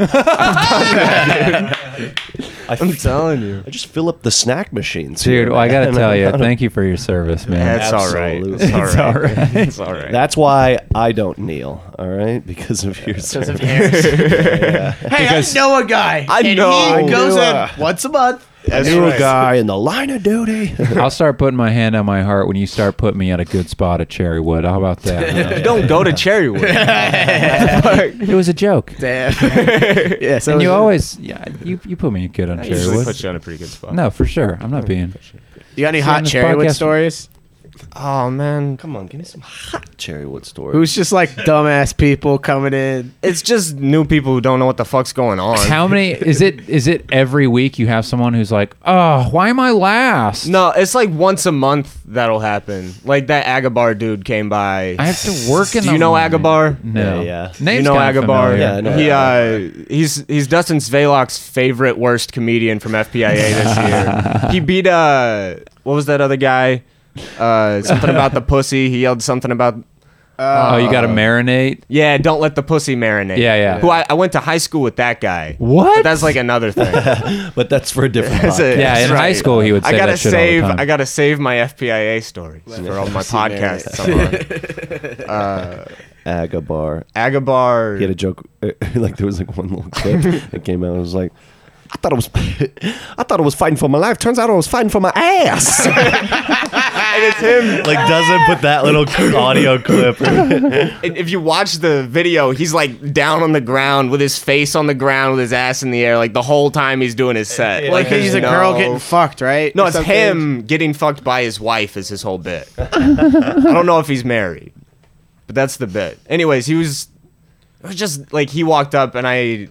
B: [LAUGHS]
C: I
F: I'm
C: f-
F: telling you.
C: I just fill up the snack machines.
B: Dude,
C: here,
B: well, I
C: man. [LAUGHS]
B: gotta tell you, thank you for your service, man.
F: That's all right.
C: Absolutely.
F: It's all
B: It's all
F: right.
B: right.
F: It's all right.
C: That's why I don't kneel. All right, because of your service.
D: hey, I know a guy. I
F: know.
D: He goes
C: I knew, uh,
D: in once a month.
C: I
F: That's
C: knew a
F: right.
C: guy in the line of duty. [LAUGHS]
B: I'll start putting my hand on my heart when you start putting me at a good spot at Cherrywood. How about
F: [LAUGHS]
B: that?
F: Don't go to Cherrywood.
B: it was a joke.
D: Damn. yeah. So
B: And you
D: it's-
B: always, yeah, you, you put me good on
F: Usually
B: Cherrywood.
F: put you on a pretty good spot.
B: No, for sure. I'm not being.
D: You got any
B: on
D: hot
B: this
D: cherry wood
B: podcast-
D: stories?
F: Oh man,
C: Come on, give me some hot Cherrywood story.
D: Who's just
F: [LAUGHS]
D: like dumbass people coming in?
F: It's just new people who don't know what the fuck's going on.
B: How many is it? Is it every week you have someone who's like, oh, why am I last?
F: no, it's like once a month that'll happen. Like that Agabar dude came by.
B: I have to work in.
F: Do
B: the
F: you know
B: morning.
F: Agabar?
B: No.
C: Yeah, yeah.
B: Name's
F: you know
B: kinda
F: Agabar?
B: familiar.
C: Yeah, I know
F: he
C: Agabar.
F: uh, he's he's Dustin Svelok's favorite worst comedian from FPIA this [LAUGHS] year. he beat uh, what was that other guy? Uh, something about the pussy. He yelled something about
B: Oh, you
F: Uh,
B: got to marinate.
F: yeah, don't let the pussy marinate.
B: Yeah, yeah.
F: Who I, I went to high school with that guy.
B: What?
F: But that's like
D: [LAUGHS]
F: another thing.
C: but that's for a different.
F: That's
C: podcast.
F: it.
B: yeah, in
F: That's
B: high
F: right.
B: school he would say
F: I gotta
B: that shit
F: save.
B: all the time.
F: I gotta save my FPIA stories for all my podcasts. I'm
C: Agabar.
D: [LAUGHS]
F: on.
C: He had a
F: Agabar.
C: joke. [LAUGHS] Like there was like one little clip that came out. It was like, I thought I was, [LAUGHS] I thought I was fighting for my life. Turns out I was fighting for my ass.
F: And it's him.
C: [LAUGHS] like doesn't put that [LAUGHS] little audio clip.
F: And if you watch the video, he's like down on the ground with his face on the ground with his ass in the air, like the whole time he's doing his set.
D: Like
F: There's
D: he's a
F: no-
D: girl getting fucked, right?
F: No,
D: Or
F: it's
D: something?
F: him getting fucked by his wife is his whole bit.
B: [LAUGHS]
F: I don't know if he's married, but that's the bit. Anyways, he was, it was just like he walked up and I,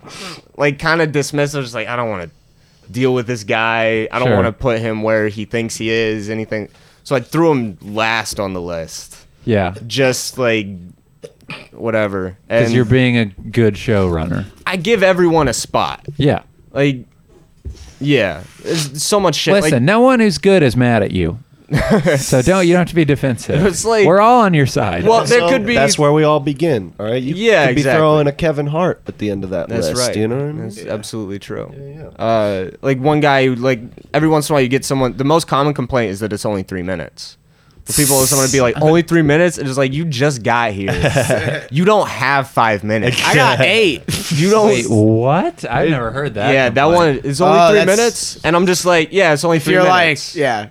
F: like, kind of dismissed. I was just like, I don't want to deal with this guy. I don't
B: Sure.
F: want to put him where he thinks he is. Anything. So I threw him last on the list,
B: yeah,
F: just like whatever.
B: because
F: And
B: you're being a good showrunner.
F: I give everyone a spot.
B: Yeah.
F: Like, yeah, there's so much shit.
B: Listen,
F: like, [LAUGHS]
B: no one who's good is mad at you. so don't you don't have to be defensive.
F: It's like-
B: we're all on your side.
F: Well, there
C: So
F: could be-
C: That's where we all begin. All right. You
F: Yeah,
C: could
F: exactly.
C: be throwing a Kevin Hart at the end of that
F: That's
C: list.
F: right.
C: You know what I mean?
F: That's uh, absolutely true.
C: Yeah,
F: Uh, like one guy, who, like every once in a while, you get someone. The most common complaint is that it's only three minutes. For people, someone would be like, "Only three minutes," and it's like, "You just got here.
D: [LAUGHS]
F: you don't have five minutes. I [LAUGHS] got eight. You don't."
B: Wait, what? I've never heard that.
F: yeah, that
B: complaint.
F: one is only
D: Oh,
F: three
D: that's-
F: minutes, and I'm just like, "Yeah, it's only
D: If
F: three
D: you're
F: minutes."
D: like, yeah,
F: yeah.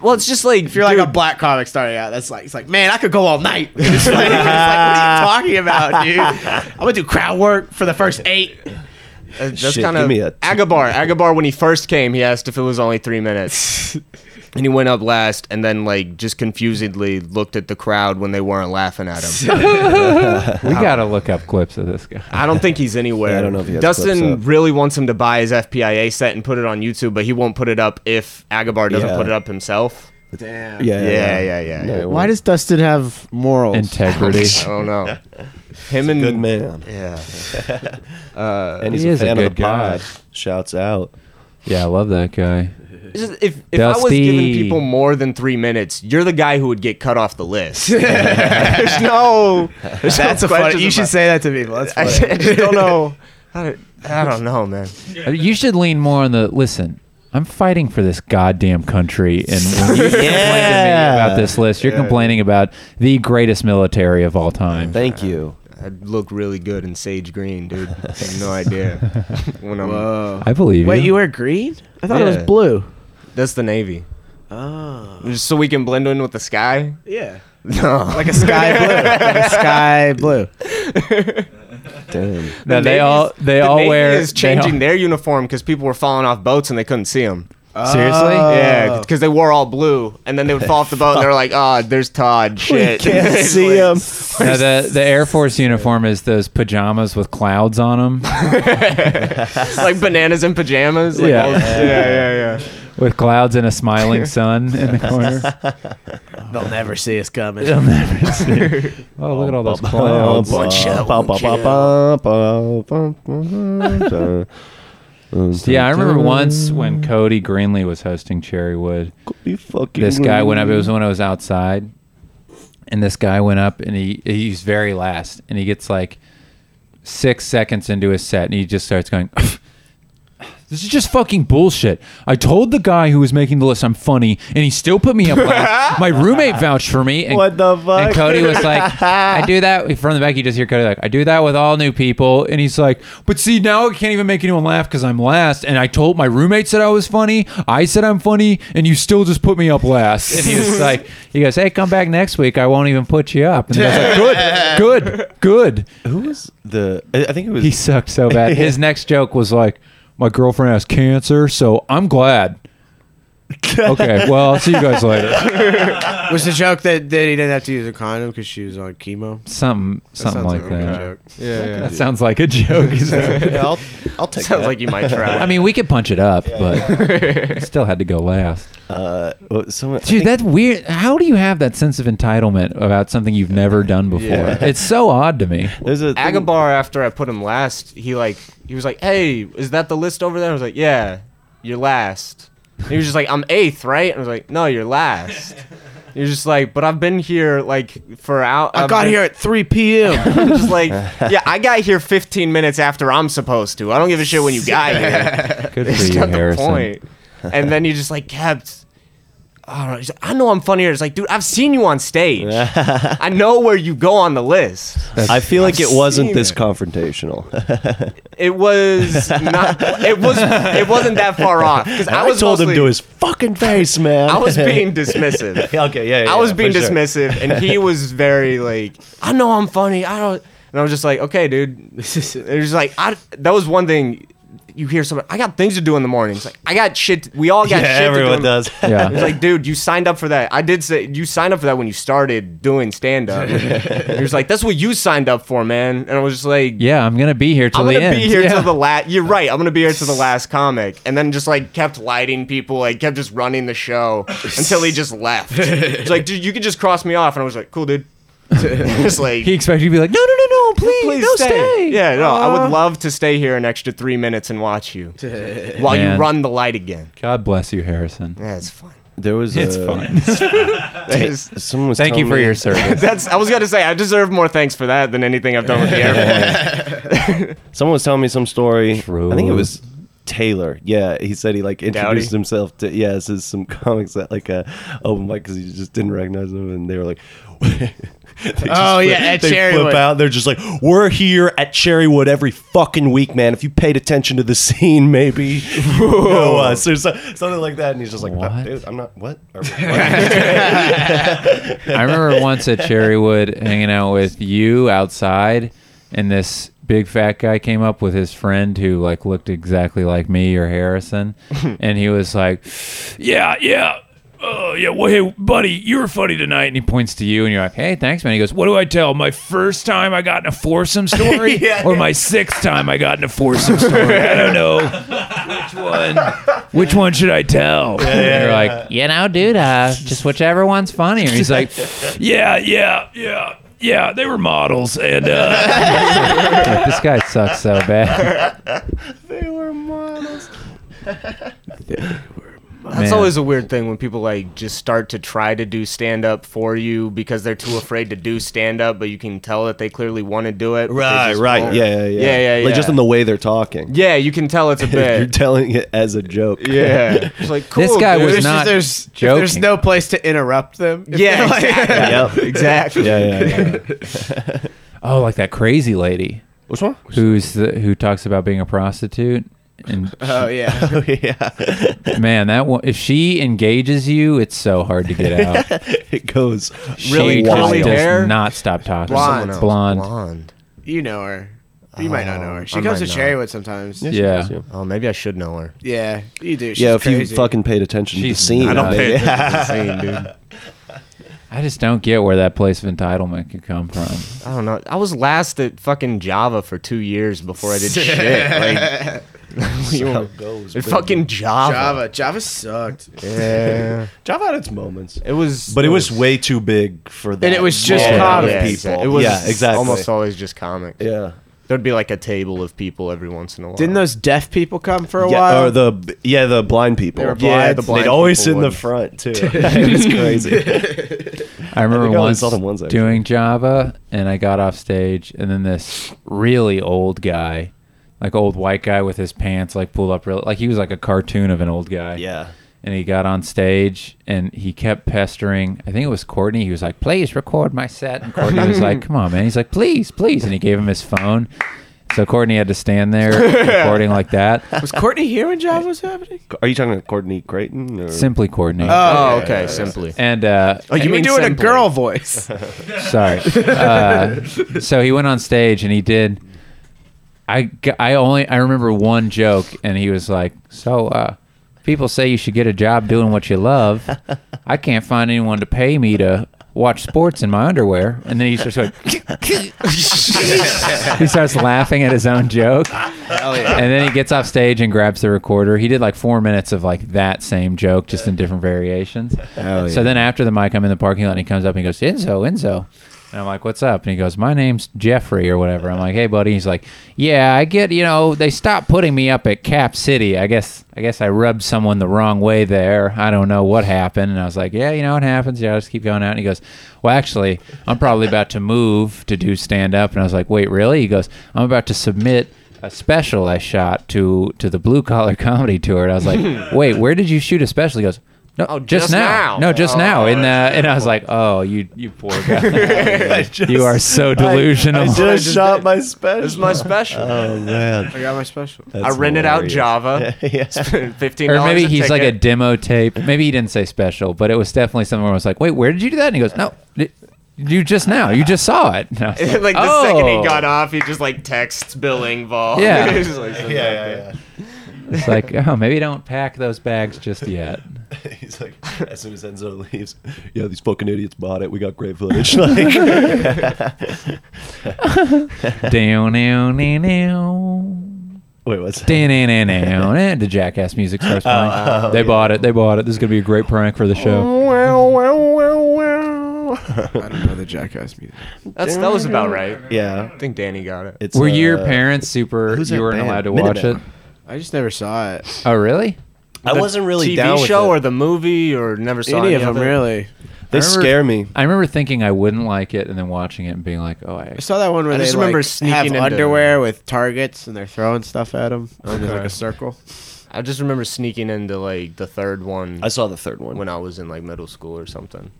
F: Well, it's just like
D: if you're like a
F: dude,
D: black comic starting out, that's like it's like, man, I could go all night. [LAUGHS] it's like, it's like, what are you talking about,
F: [LAUGHS]
D: dude? I'm gonna do crowd work for the first eight.
F: Uh, that's
C: Shit,
F: kind of
C: give me a t- [LAUGHS]
F: Agabar. Agabar, when he first came, he asked if it was only
C: [LAUGHS]
F: three minutes, and he went up last, and then like just confusedly looked at the crowd when they weren't laughing at him.
B: We gotta look up clips of this guy.
F: I don't think he's anywhere.
C: Yeah, I don't know if he has clips
F: Dustin
C: up.
F: really wants him to buy his FPIA set and put it on YouTube, but he won't put it up if Agabar doesn't
C: Yeah.
F: put it up himself.
D: Damn.
C: Yeah.
F: Yeah, yeah, yeah. yeah.
C: No,
D: Why does Dustin have morals?
B: Integrity.
F: I don't know. Him and
C: good man?
D: [LAUGHS]
F: yeah,
C: And he's
B: He
C: a
B: is a
C: fan of
B: good
C: the
B: guy.
C: pod. Shouts out.
B: yeah, I love that guy.
F: It's just- if if I was giving
B: Dusty.
F: people more than three minutes, you're the guy who would get cut off
C: [LAUGHS]
F: the list. there's no, there's
D: That's
F: no
D: a funny.
F: questions
D: You should
F: about-
D: say that to people. That's
C: [LAUGHS]
F: I
D: funny.
F: [LAUGHS] just
D: [LAUGHS]
F: don't know. how to- I don't know, Oh, man.
B: Uh, You should lean more on the listen. I'm fighting for this goddamn country, and when you complain to me about this list, you're complaining about the greatest military of all time.
C: Thank you.
F: I'd look really good in sage green, dude. I have
C: [LAUGHS]
F: no idea. When I'm,
D: Whoa.
B: I believe
D: Wait,
B: you.
D: you wear green? I thought it
F: Yeah.
D: was blue.
F: that's the navy,
D: Oh.
F: just so we can blend in with the sky.
D: Yeah.
F: [LAUGHS] No,
D: Like a sky blue. [LAUGHS] like a sky blue.
C: Damn.
B: No, they
F: Navy's-
B: all they
F: the
B: all
F: navy
B: wear
F: is
B: they
F: changing
B: all-
F: their uniform because people were falling off boats and they couldn't see them.
B: Seriously?
F: Yeah, because they wore all blue, and then they would fall off the boat, and they're like, "Ah, there's Todd." Shit,
C: Can't
F: It's
C: see
F: [LAUGHS] like-
C: him.
B: No, the the Air Force uniform is those pajamas with clouds on them,
F: like bananas and pajamas. Like,
B: Yeah.
F: all- yeah, yeah, yeah.
B: with clouds and a smiling sun in the corner.
D: They'll never see us coming.
B: Oh, look at all those
C: Bum,
B: clouds!
C: bum,
D: shot,
C: bum,
D: one
C: bum, bum, bum, bum, bum, bum, bum.
B: Yeah, I remember once when Cody Greenlee was hosting Cherrywood.
C: You fucking
B: this guy went up. It
C: rude.
B: was when I was outside, and this guy went up, and he he's very last, and he gets like six seconds into his set, and he just starts going. [SIGHS] This is just fucking bullshit. I told the guy who was making the list I'm funny, and he still put me up
C: [LAUGHS]
B: last. My roommate vouched for me. And,
C: What the fuck?
B: And Cody was like, I do
C: [LAUGHS]
B: that from the back. You just hear Cody like, I do that with all new people, and he's like, but see, now I can't even make anyone laugh because I'm last. And I told my roommates that I was funny. I said I'm funny, and you still just put me up last. And he
C: [LAUGHS]
B: was like, he goes, hey, come back next week. I won't even put you up. And
C: [LAUGHS]
B: I was like, good, good, good.
C: Who was the? I I think it was.
B: He sucked so bad.
F: [LAUGHS]
B: His next joke was like, "My girlfriend has cancer, so I'm glad."
F: [LAUGHS]
B: okay, well, I'll see you guys later.
D: was the joke that, that he didn't have to use a condom because she was on chemo?
B: Something, something
D: sounds
B: like
D: a good
B: that.
D: joke.
B: That sounds like a joke.
C: yeah, I'll, I'll take
F: Sounds
C: that.
F: like you might try.
B: I mean, we could punch it up, but still had to go last.
C: uh, well, someone, I
B: Dude,
C: think-
B: that's weird. How do you have that sense of entitlement about something you've never done before?
C: Yeah.
B: It's so odd to me.
C: there's a thing-
F: Agabar, after I put him last, he like he was like, "Hey, is that the list over there?" I was like, "Yeah, you're last." And he was just like, "I'm eighth, right?" And I was like, "No, you're last." You're just like, "But I've been here like for out."
D: I
F: I've
D: got
F: been-
D: here at 3 p.m.
C: [LAUGHS]
F: just like, yeah, I got here 15 minutes after I'm supposed to. I don't give a shit
C: [LAUGHS]
F: when you got here.
B: Good for
F: It's
B: you,
F: not the
B: Harrison.
F: point. And then you just like kept. I don't know. he's like, I know I'm funnier. It's like, dude, I've seen you
C: [LAUGHS]
F: on stage. I know where you go on the list.
C: I feel like it
F: seen
C: wasn't this
F: it.
C: confrontational.
F: It was not. It was. It wasn't that far off because
C: I,
F: I was
C: told
F: mostly-
C: him to his fucking face, man.
F: I was being
C: [LAUGHS]
F: dismissive.
C: Yeah, okay, yeah, yeah,
F: I was
C: yeah,
F: being
C: for sure.
F: dismissive, and
C: [LAUGHS]
F: he was very like, I know I'm funny. I don't. And I was just like, okay, dude. [LAUGHS] There's like, I. That was one thing. You hear someone, I got things to do in the morning. It's like I got shit. We all got
C: Yeah,
F: shit. to do
C: everyone
F: in-
C: does.
B: Yeah.
F: It's like, dude, you signed up for that. I did say you signed up for that when you started doing
C: [LAUGHS]
F: stand up. he was like, that's what you signed up for, man. And I was just like,
B: Yeah, I'm gonna be here till
F: I'm
B: the
F: gonna
B: end.
F: be here
B: yeah.
F: till the last. You're right. I'm gonna be here
B: [LAUGHS]
F: till the last comic, and then just like kept lighting people, like kept just running
B: [LAUGHS]
F: the show until he just left. It's like, dude, you could just cross me off, and I was like, cool, dude. [LAUGHS] just like,
B: He expected you to be like, no, no, no, no, please,
F: please
B: no,
F: stay.
B: stay.
F: Yeah, no, I
B: Uh,
F: would love to stay here an extra
B: [LAUGHS]
F: three minutes and watch you while
B: Man.
F: you run the light again.
B: God bless you, Harrison.
F: Yeah, it's fine.
C: There was
B: It's
C: a,
B: fine.
C: [LAUGHS] Hey, someone was
B: Thank you
C: telling
B: for
C: me-
B: your service.
F: That's. I was gonna say I deserve more thanks for that than anything I've done
B: [LAUGHS]
F: with the airport.
C: Someone was telling me some story.
B: True.
C: I think it was Taylor. Yeah, he said he like introduced
F: Dowdy?
C: himself to yeah, this is some [LAUGHS] comics that like uh, open mic because he just didn't recognize them, and they were like. [LAUGHS] they just
D: Oh, yeah, at
C: they
D: Cherrywood.
C: flip out. They're just like, we're here at Cherrywood every fucking week, man. If you paid attention to the [LAUGHS] scene, [LAUGHS] maybe you know us or so, something like that. And he's just like, "Uh,
B: What?
C: dude, I'm not [LAUGHS] what. Or-
B: I remember once at Cherrywood hanging out with you outside, and this big fat guy came up with his friend who like looked exactly like me or Harrison, and he was like, "Yeah, yeah." Oh yeah, well hey buddy, you were funny tonight, and he points to you, and you're like, "Hey, thanks, man." He goes, "What do I tell? My first time I got in a foursome story, or my sixth time I got in a foursome story? I don't know which one. Which one should I tell?" and you're like, "You know, dude, uh, just whichever one's funnier." He's
F: [LAUGHS]
B: like, "Yeah, yeah, yeah, yeah. They were models, and uh, like, this [LAUGHS] guy sucks so bad."
C: they were models.
F: That's
B: Man.
F: always a weird thing when people like just start to try to do stand up for you because they're too afraid to do stand up, but you can tell that they clearly want to do it. but they
C: Right,
F: just
C: Ah, right.
F: won't.
C: Yeah, yeah, yeah.
F: yeah, yeah.
C: Like just in the way they're talking.
F: Yeah, you can tell it's
C: [LAUGHS]
F: a
C: You're
F: bit.
C: telling it as a joke.
F: yeah, it's like cool.
B: This guy
F: dude.
B: was
D: There's,
B: not
D: just, there's, if
B: joking.
D: there's no place to interrupt them. If
F: Yeah, [LAUGHS]
D: they're like-
F: exactly.
C: [LAUGHS] Yep.
F: exactly.
C: Yeah, yeah, yeah.
B: Oh, like that crazy lady
C: Which one?
B: who's the, who talks about being a prostitute, and
D: oh yeah.
C: [LAUGHS] Oh, yeah.
B: man, that one, if she engages you, it's so hard to get out.
F: [LAUGHS]
C: it goes
B: she
F: Really
B: just
F: curly
B: does
F: hair?
B: not stop talking.
D: Blonde.
B: Blonde.
F: Blonde.
D: You know her. You might not know her. She
F: I
D: comes to
F: might not.
D: Cherrywood sometimes. Yeah.
B: Yeah.
F: Oh, maybe I should know her.
D: you do. She's
C: yeah, if
D: crazy.
C: you fucking paid attention
B: She's
C: to the scene.
B: I don't
C: maybe.
F: Insane, dude. I
B: I just don't get where that place of entitlement could come from.
F: don't know. I was last at fucking Java for two years before
C: [LAUGHS]
F: I did shit. Like, you
C: how
F: know,
C: it goes. [LAUGHS]
F: at fucking Java.
D: Java. Java sucked.
F: Yeah.
C: Java had its moments.
F: It was.
C: But it was way too big for that.
D: it was just
C: small amount of
D: comics.
C: people.
F: It was
C: yeah, exactly.
F: almost always just comics.
C: Yeah.
F: There'd be like a table of people every once in a while.
D: Didn't those deaf people come for a
C: yeah,
D: while?
C: Or the yeah, the blind people.
D: They were
C: yeah,
D: blind.
C: the
D: The blind
C: they'd always sit in
F: people
C: the
F: would-
C: frly too. [LAUGHS] it was crazy.
B: I remember
C: think I only
B: once
C: saw them once, actually.
B: doing Java, and I got off stage, and then this really old guy, like old white guy with his pants like pulled up, real like he was like a cartoon of an old guy.
C: yeah.
B: And he got on stage, and he kept pestering. I think it was Courtney. He was like, "Please record my set." And Courtney was like, "Come on, man." He's like, "Please, please." And he gave him his phone. So Courtney had to stand there recording like that.
D: [LAUGHS] was Courtney here when Java was happening?
C: Are you talking to Courtney Creighton? Or?
B: Simply Courtney.
F: Oh, okay. Simply.
B: and uh,
D: Oh, you
F: mean
D: mean doing a
F: simply.
D: girl [LAUGHS] voice?
B: Sorry. Uh, so he went on stage and he did. I, g- I only I remember one joke and he was like, "So uh, people say you should get a job doing what you love. I can't find anyone to pay me to watch sports in my underwear." And then he's just like, [LAUGHS] he starts laughing at his own joke. [LAUGHS] And then he gets off stage and grabs the recorder. He did like four minutes of like that same joke, just in different variations. So then after the mic, I'm in the parking lot and he comes up and he goes, Enzo, Enzo. And I'm like, what's up? And he goes, my name's Jeffrey or whatever. I'm like, hey, buddy. He's like, yeah, I get, you know, they stopped putting me up at Cap City. I guess, I guess I rubbed someone the wrong way there. I don't know what happened. And I was like, yeah, you know, it happens. Yeah, I just keep going out. And he goes, well, actually, I'm probably about to move to do stand up. And I was like, wait, really? He goes, I'm about to submit a special I shot to to the Blue Collar [LAUGHS] Comedy Tour, and I was like,
F: [LAUGHS]
B: "Wait, where did you shoot a special?" He goes, "No,
F: Oh,
B: just,
F: just
B: now.
F: now.
B: No, just
F: Oh,
B: now." And uh, and I was like, "Oh, you you
F: [LAUGHS]
B: poor guy,
C: I just-
B: you are so delusional." [LAUGHS]
C: I just shot my special. [LAUGHS]
F: This is my special.
C: oh man.
D: I got my special.
F: I
C: That's
F: rented out
C: hilarious. [LAUGHS]
F: Java. [LAUGHS]
C: yeah.
F: Fifteen.
B: or maybe he's like a
F: ticket.
B: demo tape. Maybe he didn't say special, but it was definitely something where I was like, "Wait, where did you do that?" And he goes, "No, di- you just now. You just saw it." And I was like,
F: [LAUGHS] like the second he
B: "Oh."
F: got off, he just like texts Bill Engvall.
B: Yeah.
F: [LAUGHS] He's just like,
C: Yeah, yeah, [LAUGHS]
B: It's like, "Oh, maybe don't pack those bags just
F: [LAUGHS]
B: yet."
C: yeah. He's like, as soon as Enzo leaves, yeah, these fucking idiots bought it. We got great footage. [LAUGHS]
F: [LAUGHS]
C: Like,
B: down, down, down, down.
C: wait, what's that?
B: And the jackass music starts playing.
C: Oh,
B: they bought it. They bought it. This is gonna be a great prank for the show.
D: I don't know the jackass music.
F: That's that was about right.
C: Yeah,
F: I think Danny got it.
C: it's
B: Were your
C: uh,
B: parents super?
C: who's
B: You
C: that
B: weren't
C: band?
B: allowed to watch it.
C: Minutemen.
D: I just never saw it.
B: Oh really?
C: I
F: the
C: wasn't really
F: TV
C: down with
F: show
C: it.
F: or the movie or never saw
D: Any of them,
F: it.
D: really.
C: They
B: I remember-
C: scare me.
B: I remember thinking I wouldn't like it, and then watching it and being like, "Oh, I."
D: I saw that one where
F: I
D: they
F: just remember
D: like,
F: sneaking
D: have
F: into-
D: underwear with targets and they're throwing stuff at them. And there's like
B: Okay.
D: a circle.
F: I just remember sneaking into like the third one
C: I saw the third one.
F: when I was in like middle school or something.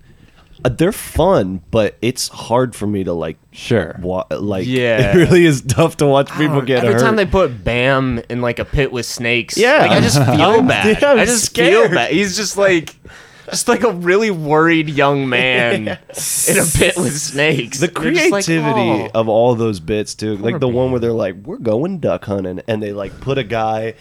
C: Uh, they're fun, but it's hard for me to like.
B: Sure.
C: Wa- like, [LAUGHS]
F: Yeah.
C: it really is tough to watch people
F: Every
C: get hurt.
F: time they put Bam in like a pit with snakes,
C: Yeah.
F: like, I
C: [LAUGHS]
F: just feel
C: I'm-
F: bad.
C: yeah, I'm
F: I just
C: scared.
F: feel bad. He's just like, just like a really worried
C: [LAUGHS]
F: young man in a pit with snakes.
C: the
F: And you're just
C: creativity
F: like, "Oh."
C: of all those bits too like the
B: Bambi.
C: one where they're like we're going duck hunting and they like put a guy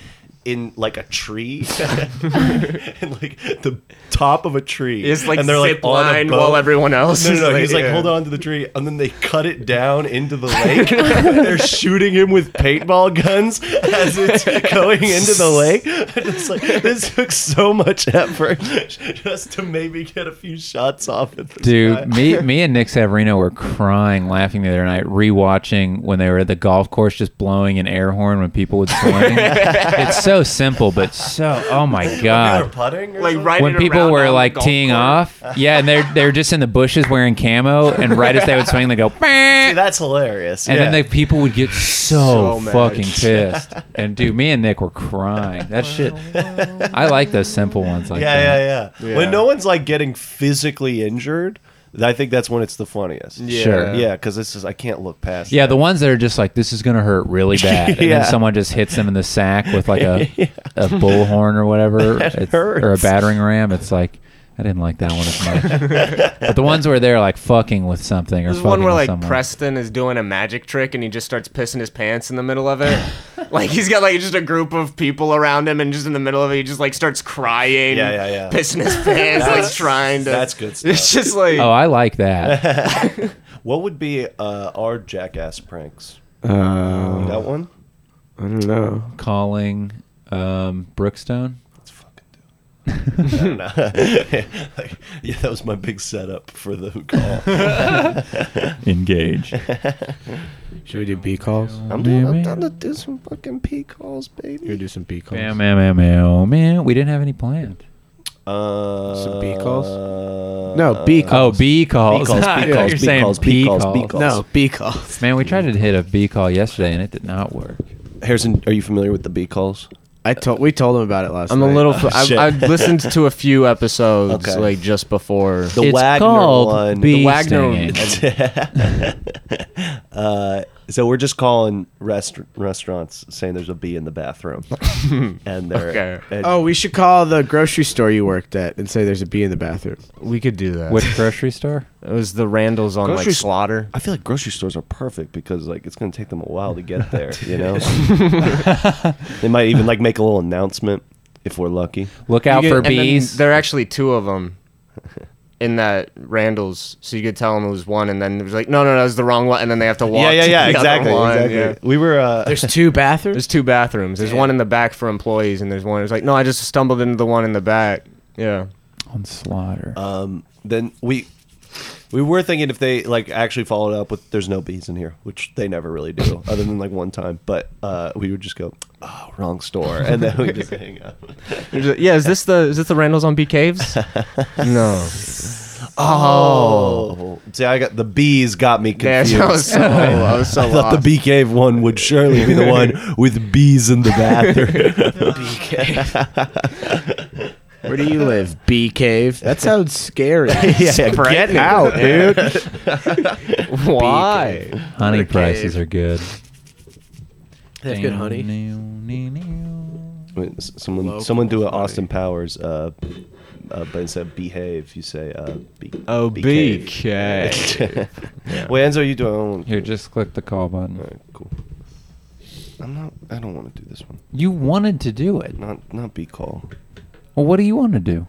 C: in like a
F: [LAUGHS]
C: tree [LAUGHS] and like the top of a tree
F: It's like
C: and they're
F: zip
C: on a
F: line
C: boat.
F: while everyone else.
C: no, no,
F: is
C: no. he's like,
F: yeah.
C: hold on to the tree, and then they cut it down into
F: [LAUGHS]
C: the lake. They're shooting him with paintball guns as it's going into the lake. [LAUGHS] It's like this took so much effort [LAUGHS] just to maybe get a few shots off at this guy.
B: Dude, me, me and Nick Savarino were crying, laughing the other night, rewatching when they were at the golf course, just blowing an air horn when people would
C: [LAUGHS]
B: swing. it's so simple, but so oh my
C: Or
B: god.
C: putting or
F: Like
C: something?
F: right
B: When
F: it
B: people
F: around on
B: were
F: the
B: like
F: golf
B: teeing off,
F: course.
B: yeah, and they're they're just in the bushes wearing camo, and right as they would swing, they
F: [LAUGHS]
B: go,
C: See, that's hilarious.
B: and
C: yeah.
B: then the people would get so,
F: So mad.
B: fucking pissed. and dude, me and Nick were crying. That shit. I like those simple ones like
C: yeah,
B: that.
C: yeah, yeah, When no one's like getting physically injured, I think that's when it's the funniest. Yeah,
B: Sure.
C: yeah, because this is I can't look past.
B: Yeah, the ones that are just like this is gonna hurt
F: [LAUGHS]
B: really bad, and
C: Yeah.
B: then someone just hits them in the sack with like a a bullhorn or
F: [LAUGHS]
B: whatever, It's- or a
C: hurts.
B: battering ram. It's like I didn't like that one as much.
F: [LAUGHS]
B: but the ones where they're like fucking with something or
F: There's
B: fucking
F: one where
B: with
F: like
B: someone.
F: Preston is doing a magic trick and he just starts pissing his pants in the middle
C: [LAUGHS]
F: of it. like he's got like just a group of people around him and just in the middle of it he just like starts crying.
C: Yeah, yeah, yeah.
F: Pissing his pants, like
C: That's-
F: trying to
C: that's good
F: [LAUGHS] It's just like
B: Oh, I like that.
C: What would be uh, our jackass pranks?
D: Uh,
C: That one. [LAUGHS]
D: I don't know.
B: Calling um, Brookstone.
C: Let's fucking do it. I don't know. Like, yeah, that was my big setup for the call.
B: Engage.
D: Should we do B calls?
C: I'm doing. I'm down to do some fucking p calls,
D: Should we
C: baby.
D: do some B calls?
B: Bam, bam, bam, bam, bam. We didn't have any planned.
C: Uh,
D: Some B calls? No,
F: Uh,
D: B
B: Oh, B calls. [LAUGHS]
C: B calls, B
B: I thought
C: calls,
B: you were
C: B
B: saying
C: calls, B
B: B
C: calls, B
B: calls.
C: calls.
D: No, B calls.
B: Man, we tried to hit a B call yesterday and it did not work.
C: Harrison, are you familiar with the B calls?
D: I told we told him about it last
F: I'm
D: night.
F: a little. f I
C: oh, shit.
F: I, listened to a few episodes
C: Okay.
F: like just before.
C: The
B: it's
C: Wagner
B: called
C: one.
B: Bee
F: The Wagner-
B: stinging.
C: [LAUGHS] uh, so we're just calling rest- restaurants saying there's a bee in the
F: [LAUGHS]
C: bathroom, and they're
F: Okay.
C: and-
D: [LAUGHS] Oh, we should call the grocery store you worked at and say there's a bee in the bathroom.
F: We could do that.
B: Which grocery store?
F: it was the Randalls on
C: Grocery
F: like
C: s-
F: slaughter.
C: I feel like grocery stores are perfect because like it's gonna take them a while to get there. You
F: [LAUGHS]
C: know, they might even like make a little announcement if we're lucky.
B: Look out
F: You
B: for
F: could- and then
B: bees.
F: There are actually two of them [LAUGHS] in that Randall's, so you could tell them it was one, and then it was like, no, no, no, it was the wrong one, and then they have to walk. to the other one, yeah.
C: We were uh,
D: There's two bathrooms.
F: There's two bathrooms. There's one in the back for employees, and there's one. It's like, no, I just stumbled into the one in the back. Yeah.
B: on slaughter.
C: um, then we. We were thinking if they like actually followed up with "There's no bees in here," which they never really do,
F: [LAUGHS]
C: other than like one time. But uh, we would just go, "Oh, wrong store," and then we just hang
F: [LAUGHS]
C: up.
F: There's a- yeah. Is this the is this the Randall's on Bee [LAUGHS] Caves? no.
C: Oh, see, I got the bees got me
F: Yeah,
C: confused.
F: I was so I [LAUGHS] was so
C: I thought the
F: lost.
C: bee cave one would surely be the one
F: [LAUGHS]
C: with bees in the bathroom. [LAUGHS]
D: Where do you live? Bee cave. That sounds [LAUGHS] scary.
C: yeah, yeah,
D: Get out, dude.
F: [LAUGHS]
C: [LAUGHS]
F: Why?
B: honey prices are good.
D: They have good honey.
C: Wait, s- someone,
D: Local
C: someone do an
D: funny.
C: Austin Powers, uh, uh, but instead of behave, you say uh, be,
F: Oh,
C: be
F: Bee
C: cave. [LAUGHS]
F: Cave.
C: Wait, Enzo, you do own.
B: Here, just click the call
C: All
B: button.
C: right, cool. I'm not. I don't want to do this one.
B: You wanted to do it.
C: Not not be call.
B: Well, what do you want to do?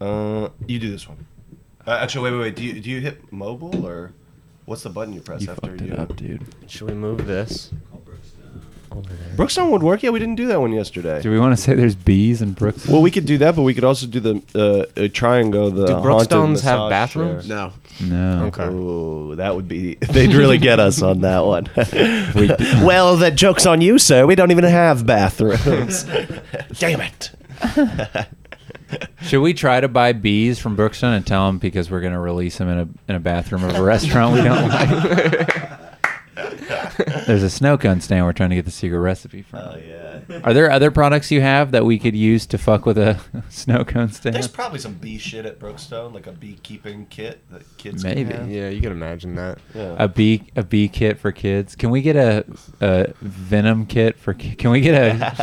C: Uh, you do this one. Uh, actually, wait, wait, wait. Do you do you hit mobile or what's the button you press
B: You
C: after
B: fucked
C: you?
B: it up, dude.
F: Should we move this?
C: Brookstone would work. Yeah, we didn't do that one yesterday.
B: Do we want to say there's bees in Brooks?
C: Well, we could do that, but we could also do the uh, uh, try and go the.
F: Do
C: haunted
F: Brookstones have
C: massage
F: bathrooms?
C: chair.
D: No.
B: no.
C: Oh, that would be. [LAUGHS] They'd really get us on that
F: [LAUGHS]
C: one. [LAUGHS] well, that joke's on you, sir. We don't even have bathrooms. [LAUGHS] Damn it.
B: Should we try to buy bees from Brookstone and tell them because we're going to release them in a in a bathroom
C: [LAUGHS]
B: of a restaurant we don't like? There's a snow cone stand we're trying to get the secret recipe from.
C: Oh yeah.
B: Are there other products you have that we could use to fuck with a [LAUGHS] snow cone stand?
C: There's probably some bee shit at Brookstone, like a beekeeping kit that kids
B: Maybe.
C: Can have.
F: Yeah, you can imagine that.
C: Yeah.
B: a bee a bee kit for kids. Can we get a, a venom kit for? ki- Can we get
C: [LAUGHS]
B: a,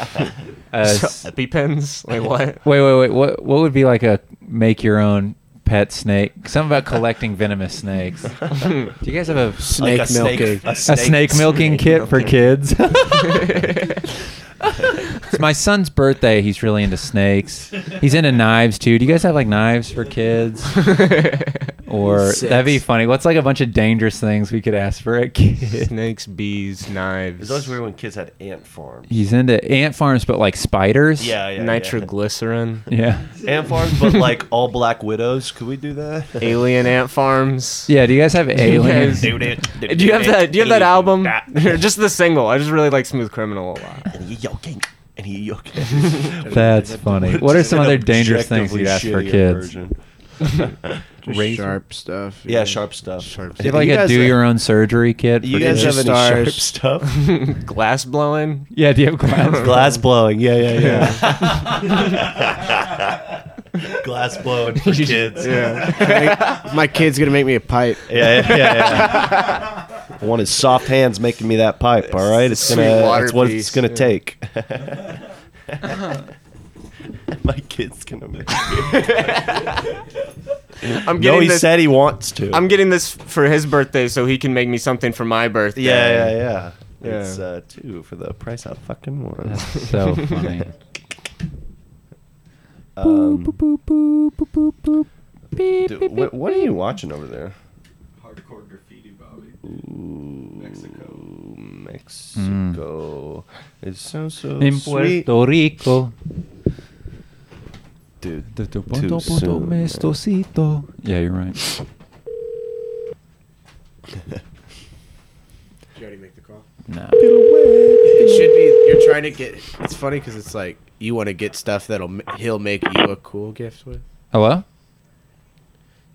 B: a s-
F: So, [LAUGHS] EpiPens? Like what?
B: wait wait wait what what would be like a make your own pet snake? Something about collecting venomous [LAUGHS] snakes. Do you guys have a
D: Snake
C: a snake-
D: milking.
C: a
D: A
B: a snake milking kit for [LAUGHS] kids? it's my son's birthday. He's really into snakes. He's into knives too. Do you guys have like knives for [LAUGHS] kids? Or
D: Six.
B: that'd be funny. What's like a bunch of dangerous things we could ask for a kid?
F: [LAUGHS] Snakes, bees,
C: It
F: knives.
C: was always weird when kids had ant farms.
B: He's into ant farms, but like spiders.
C: Yeah, yeah.
F: nitroglycerin,
B: Yeah.
C: yeah. ant farms, but like all black widows. Could we do
F: [LAUGHS]
C: that?
F: alien ant farms.
B: [LAUGHS] Yeah. Do you guys have aliens?
F: guys- Do you have that? Do you have
C: [LAUGHS]
F: that album? [LAUGHS] just the single. I just really like Smooth Criminal a lot.
C: And he yoking. And he yoking.
B: That's [LAUGHS] funny. What are some other dangerous things you'd ask for kids?
D: Sharp stuff.
C: Yeah, sharp stuff.
D: Sharp
B: Do you have like
C: You
B: a
C: guys-
D: [LAUGHS]
B: do your own surgery kit?
C: You
B: for
C: guys
B: kids?
C: have any sharp
D: Stars.
C: stuff?
F: Glass blowing.
B: yeah.
C: [LAUGHS]
B: Do you have glass?
C: Glass blowing. Yeah, yeah, yeah. [LAUGHS] Glass blowing for kids.
D: Yeah. My kid's gonna make me a pipe.
C: Yeah, yeah, yeah. yeah. One is soft hands making me that pipe. All right, it's
D: Sweet
C: gonna.
D: water
C: That's what
D: piece,
C: it's gonna
D: yeah.
C: take. My kid's gonna make.
F: I'm
C: No,
F: getting
C: he
F: this.
C: said he wants to.
F: I'm getting this for his birthday, so he can make me something for my birthday.
C: yeah, yeah, yeah, It's
F: Yeah.
C: uh, two for the price of fucking one.
B: That's so funny.
C: Um, dude, wh- what are you watching over there?
E: Hardcore graffiti, Bobby.
C: Ooh,
E: Mexico.
C: Mexico. It's so so
B: In
C: sweet.
B: Puerto Rico.
C: Dude,
B: Too
C: soon, man.
B: Yeah, you're right.
D: Did you already make the call?
B: No.
D: It should be. You're trying to get. It's funny because it's like you want to get stuff that'll m- he'll make you a cool gift with.
B: Hello?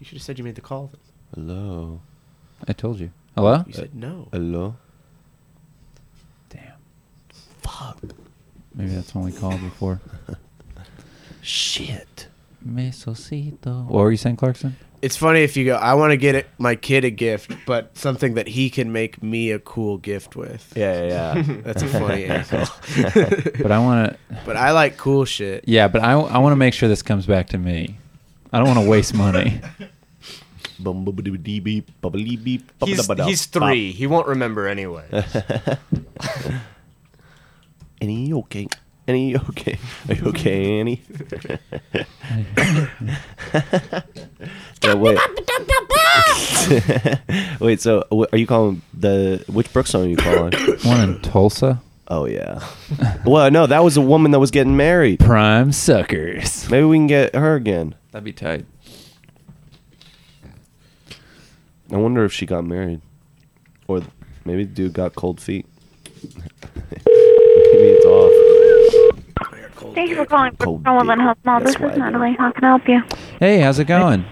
D: You should have said you made the call.
C: hello,
B: I told you. Hello?
D: You said no.
C: hello.
B: Damn. Fuck. Maybe that's when we called before.
C: Shit.
B: Mesocito. What were you saying, Clarkson?
D: It's funny if you go. I want to get it, my kid a gift, but something that he can make me a cool gift with.
C: Yeah, yeah.
E: [LAUGHS]
C: yeah.
D: That's a
C: [LAUGHS]
D: funny answer.
B: But I want to.
D: But I like cool shit.
B: Yeah, but I, I want to make sure this comes back to me. I don't want to waste [LAUGHS] money.
C: Bum, bum, dee, dee, beep, bubbly, beep, bum,
F: He's,
C: da, ba, da,
F: he's
C: bop.
F: three. He won't remember
C: [LAUGHS]
F: anyway.
C: Annie, you okay? Annie, you okay? Are you okay, Annie? [LAUGHS] No, wait. wait, so wh- are you calling the which Brookstone are you calling?
B: One in Tulsa.
C: oh yeah. [LAUGHS] Well, no, that was a woman that was getting married.
B: Prime suckers.
C: Maybe we can get her again.
B: That'd be tight.
C: I wonder if she got married, or th- maybe the dude got cold feet. [LAUGHS] maybe it's off.
G: Thank you for calling for
C: Cold
G: Woman
C: beer.
G: Health Mall.
C: That's
G: This is
C: why I do it.
G: Natalie. How can I help you?
B: Hey, how's it going?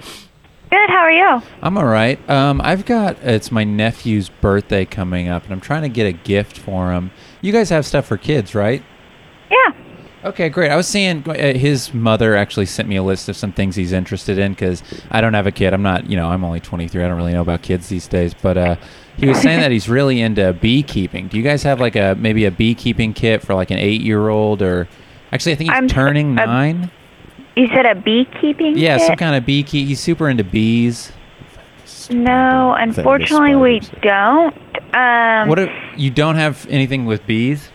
G: Good. How are you?
B: I'm all right. Um, I've got it's my nephew's birthday coming up, and I'm trying to get a gift for him. You guys have stuff for kids, right?
G: Yeah.
B: Okay, great. I was seeing uh, his mother actually sent me a list of some things he's interested in because I don't have a kid. I'm not, you know, I'm only 23. I don't really know about kids these days. But uh, he was saying that
G: [LAUGHS]
B: he's really into beekeeping. Do you guys have like a maybe a beekeeping kit for like an eight year old or actually I think he's
G: I'm-
B: turning
G: I'm-
B: nine.
G: You said a beekeeping?
B: Yeah,
G: kit?
B: some kind of beekeep. He's super into bees.
G: No,
C: Venomous
G: unfortunately, we
C: spiders.
G: don't. Um,
B: What if you don't have anything with bees?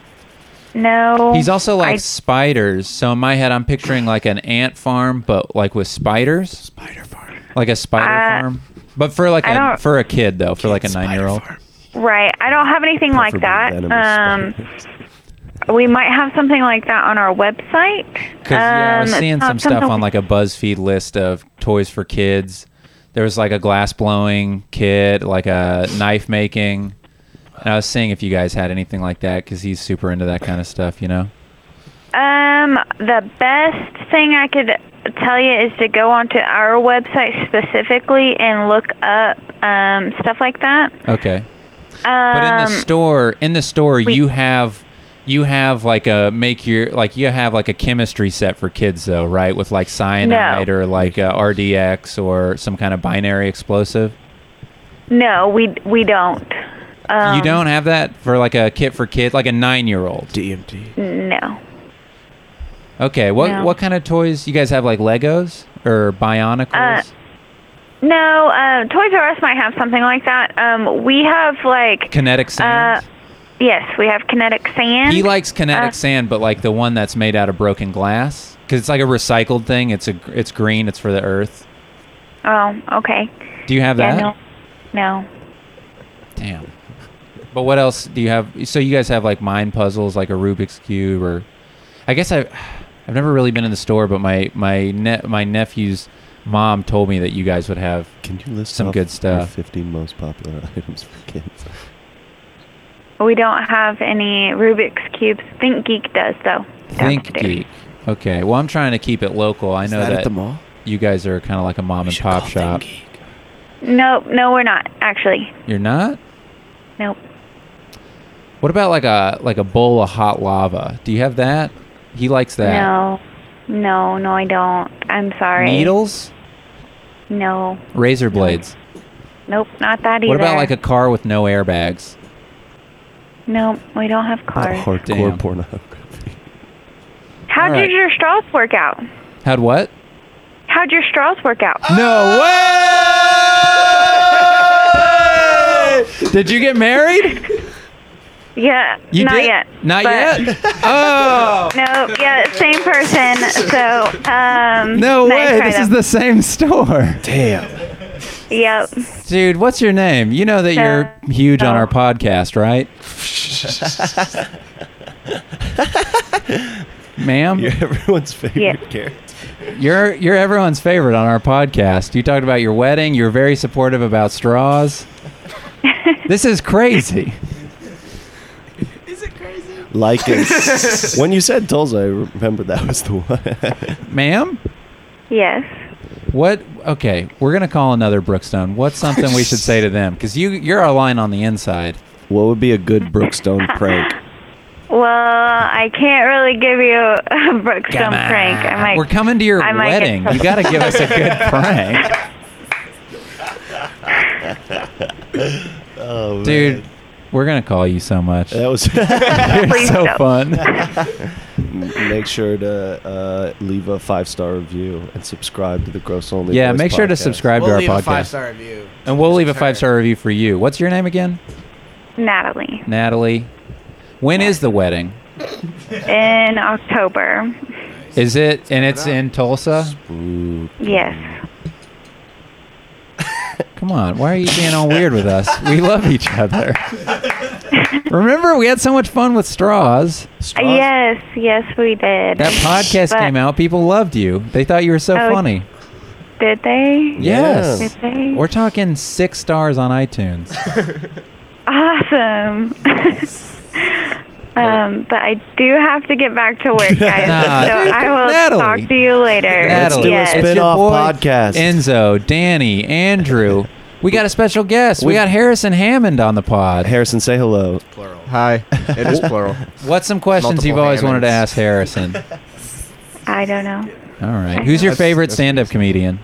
G: No.
B: He's also like
G: I-
B: spiders. So in my head, I'm picturing like an ant farm, but like with spiders. Spider farm. Like a spider
G: Uh,
B: farm, but for like
G: I
B: a
G: don't-
B: for a kid though, for like a nine year old.
G: right. I don't have anything like that.
C: Preferably
G: Um,
C: venomous
G: we might have something like that on our website.
B: Because yeah, I was
G: Um, it's
B: seeing
G: not
B: some stuff
G: something-
B: on like a BuzzFeed list of toys for kids. There was like a glass blowing kit, like a knife making. And I was seeing if you guys had anything like that because he's super into that kind of stuff, you know.
G: Um, the best thing I could tell you is to go onto our website specifically and look up um, stuff like that.
B: Okay.
G: Um,
B: But in the store, in the store,
G: we-
B: you have you have like a make your like you have like a chemistry set for kids though, right? With like cyanide or like uh RDX or some kind of binary explosive.
G: no, we we don't. Um,
B: you don't have that for like a kit for kids, like a nine year old.
D: DMT.
G: No.
B: Okay. What
G: No.
B: what kind of toys you guys have? Like Legos or Bionicles?
G: Uh, No, uh, Toys R Us might have something like that. Um, we have like
B: kinetic sand.
G: yes, we have kinetic sand.
B: he likes kinetic
G: uh,
B: sand, but like the one that's made out of broken glass because it's like a recycled thing. It's a gr- it's green. It's for the earth.
G: Oh, okay.
B: Do you have
G: Yeah,
B: that?
G: no, no.
B: Damn. But what else do you have? So you guys have like mind puzzles, like a Rubik's cube, or I guess I, I've never really been in the store, but my my ne- my nephew's mom told me that you guys would have.
C: [LAUGHS] Can you list
B: Some
C: off
B: good
C: your
B: stuff.
C: 15 most popular [LAUGHS] items for kids.
G: We don't have any Rubik's cubes. Think Geek does though.
B: Think
G: downstairs.
B: Geek. Okay. Well, I'm trying to keep it local. I know
D: that,
B: that,
D: at the mall?
B: you guys are kind of like a mom and pop shop.
G: Nope, no, we're not actually.
B: You're not.
G: Nope.
B: What about like a like a bowl of hot lava? Do you have that? He likes that.
G: No, no, no, I don't. I'm sorry.
B: Needles,
G: No,
B: razor blades.
G: nope, not that either.
B: What about like a car with no airbags?
G: Nope, we don't
B: Oh,
G: have cars.
C: Hardcore
B: Damn.
C: pornography. [LAUGHS]
G: How
B: All
G: did
B: right.
G: your straws work out?
B: Had what?
G: How'd your straws work out? Oh!
B: No way! Did you get married?
G: Yeah,
B: You
G: not
B: did?
G: yet.
B: Not
G: but- [LAUGHS]
B: yet. Oh
G: No, yeah, same person. So, um,
B: no
G: nice
B: way!
G: try,
B: This is
G: though.
B: the same store,
G: Yep.
B: dude. What's your name? You know that you're
G: Uh,
B: huge on
G: no.
B: our podcast,
G: [LAUGHS]
B: right? Ma'am,
C: You're everyone's favorite
G: Yeah.
C: character.
B: you're you're everyone's favorite on our podcast. You talked about your wedding. You were very supportive about
G: [LAUGHS]
B: straws. this is crazy.
C: Like
G: [LAUGHS]
C: it. when you said Tulsa, I remember that was the one. [LAUGHS]
B: Ma'am?
G: Yes.
B: What? Okay, we're gonna call another Brookstone. What's something we should say to them? Because you you're our line on the inside.
C: what would be a good Brookstone
G: [LAUGHS]
C: prank?
G: Well, I can't really give you [LAUGHS] a Brookstone prank. I might.
B: we're coming to your
G: I might get
B: wedding. You
G: some-
B: gotta give us a
G: [LAUGHS]
B: good prank,
C: [LAUGHS] Oh,
B: dude. We're gonna call you so much.
C: That was. [LAUGHS]
B: You're
G: Please
B: so
G: don't.
B: fun.
C: make sure to uh, leave a five star review and subscribe to the Gross Only.
B: Yeah,
C: Boys
B: make sure to
C: podcast.
B: subscribe
D: We'll leave
B: to our
D: a
B: podcast,
D: five star review.
B: and we'll leave a
D: Sorry.
B: five star review for you. What's your name again,
G: Natalie
B: Natalie? When is the wedding?
G: in October.
B: Is it and it's in Tulsa?
C: Ooh,
G: Yes.
B: Come on, why are you being all weird with us? We love each other. Remember, we had so much fun with straws.
G: Uh,
C: straws?
G: Yes, yes, we did.
B: That podcast
G: But-
B: came out. People loved you. They thought you were so
G: Oh,
B: funny.
G: Did they? Did
B: Yes.
G: they?
B: We're talking six stars on iTunes.
G: Awesome. um, but I do have to get back to work, guys.
B: Nah,
G: so I will
B: Natalie.
G: talk to you later.
C: Let's do
B: Natalie,
C: a
G: yes.
B: it's your
C: spin-off
B: boy,
C: podcast.
B: Enzo, Danny, Andrew. We got a special guest. We got Harrison Hammond on the pod.
C: Harrison, say hello.
D: Plural.
F: Hi. It is plural.
B: What's some questions
F: Multiple
B: you've always wanted to
F: Hammonds.
B: ask Harrison? All
G: I don't know.
B: right. Who's your
F: That's-
B: favorite
F: that's
B: stand-up comedian?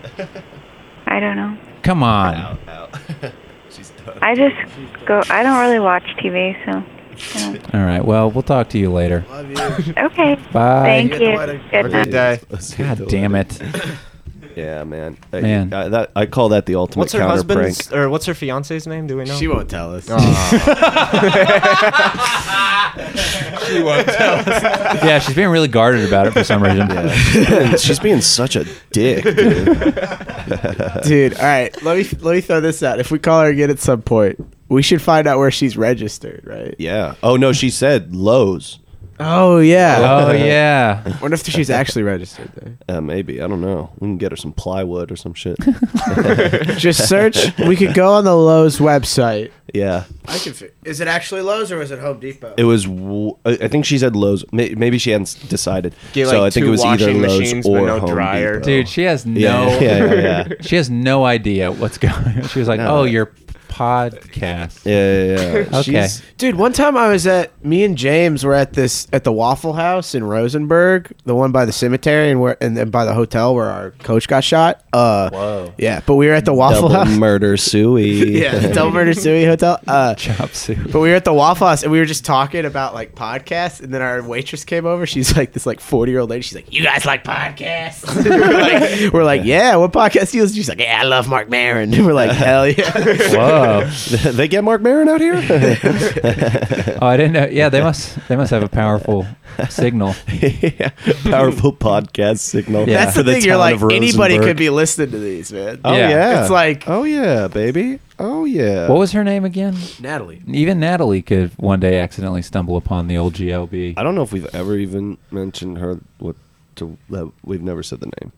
G: I don't know.
B: Come on.
C: She's done.
G: I just go. I don't really watch TV, so. I
B: All right. Well, we'll talk to you later.
D: Love you.
G: don't- Okay.
B: Bye.
D: you at
G: Thank
D: the
G: you.
D: wedding.
G: Good night.
F: Good day.
B: God damn it.
C: Yeah, man.
B: Man.
C: I, that, I call that the ultimate
F: What's her
C: counter
F: husband's
C: prank.
F: or what's her fiance's name? Do we know?
D: She won't tell us.
B: Yeah, she's being really guarded about it for some reason.
C: [LAUGHS] Yeah. She's being such a dick. Dude.
D: Dude, all right. Let me let me throw this out. If we call her again at some point, we should find out where she's registered, right?
C: Yeah. Oh no, she said Lowe's.
D: Oh yeah.
B: oh yeah.
D: Wonder if she's actually registered there.
C: Uh, maybe I don't know. We can get her some plywood or
B: [LAUGHS]
C: some shit.
D: Just search. We could go on the Lowe's website.
C: yeah,
D: I can. Fi- is it actually Lowe's or is it Home Depot?
C: it was. W- I I think she said Lowe's. May- Maybe she hadn't s- decided.
F: Get,
C: so
F: like,
C: I think
F: two
C: it was either
F: washing
C: Lowe's
F: machines, but
C: or
F: no
C: Home
F: dryer.
C: Depot.
B: Dude, she has no
C: Yeah, yeah, yeah, yeah.
B: She has no idea what's going on. She was like,
C: No.
B: "Oh, your podcast."
C: Yeah, yeah, yeah.
D: [LAUGHS]
B: Okay.
C: She's-
D: Dude, one time I was at me and James were at this at the Waffle House in Rosenberg, the one by the cemetery and where and then by the hotel where our coach got shot. Uh
C: Whoa.
D: yeah, but we were at the [LAUGHS] Waffle
C: Double
B: [LAUGHS]
D: House.
C: murder suey. [LAUGHS]
D: yeah, [LAUGHS] the Del Murder Suey Hotel. Uh
B: Chop suey.
D: but we were at the Waffle House and we were just talking about like podcasts, and then our waitress came over. She's like this like forty year old lady. She's like, "You guys like podcasts?" [LAUGHS] we're, like, we're like, "Yeah." What podcast do you listen to? She's like, "Yeah, I love Mark Maron." [LAUGHS] we're like, "Hell yeah!"
B: Whoa.
C: they get Mark Maron out here.
B: Oh, I didn't know. Yeah, they must. They must have a powerful signal.
C: [LAUGHS] yeah. Powerful podcast signal.
B: Yeah.
D: That's
C: for
D: the thing. You're
C: town
D: like
C: of
D: anybody
C: Rosenberg.
D: could be listening to these, man.
C: Oh yeah.
B: Yeah.
D: It's like-
C: Oh yeah, baby. Oh yeah.
B: What was her name again?
D: Natalie.
B: Even Natalie could one day accidentally stumble upon the old GLB.
C: I don't know if we've ever even mentioned her. What to? That we've never said the name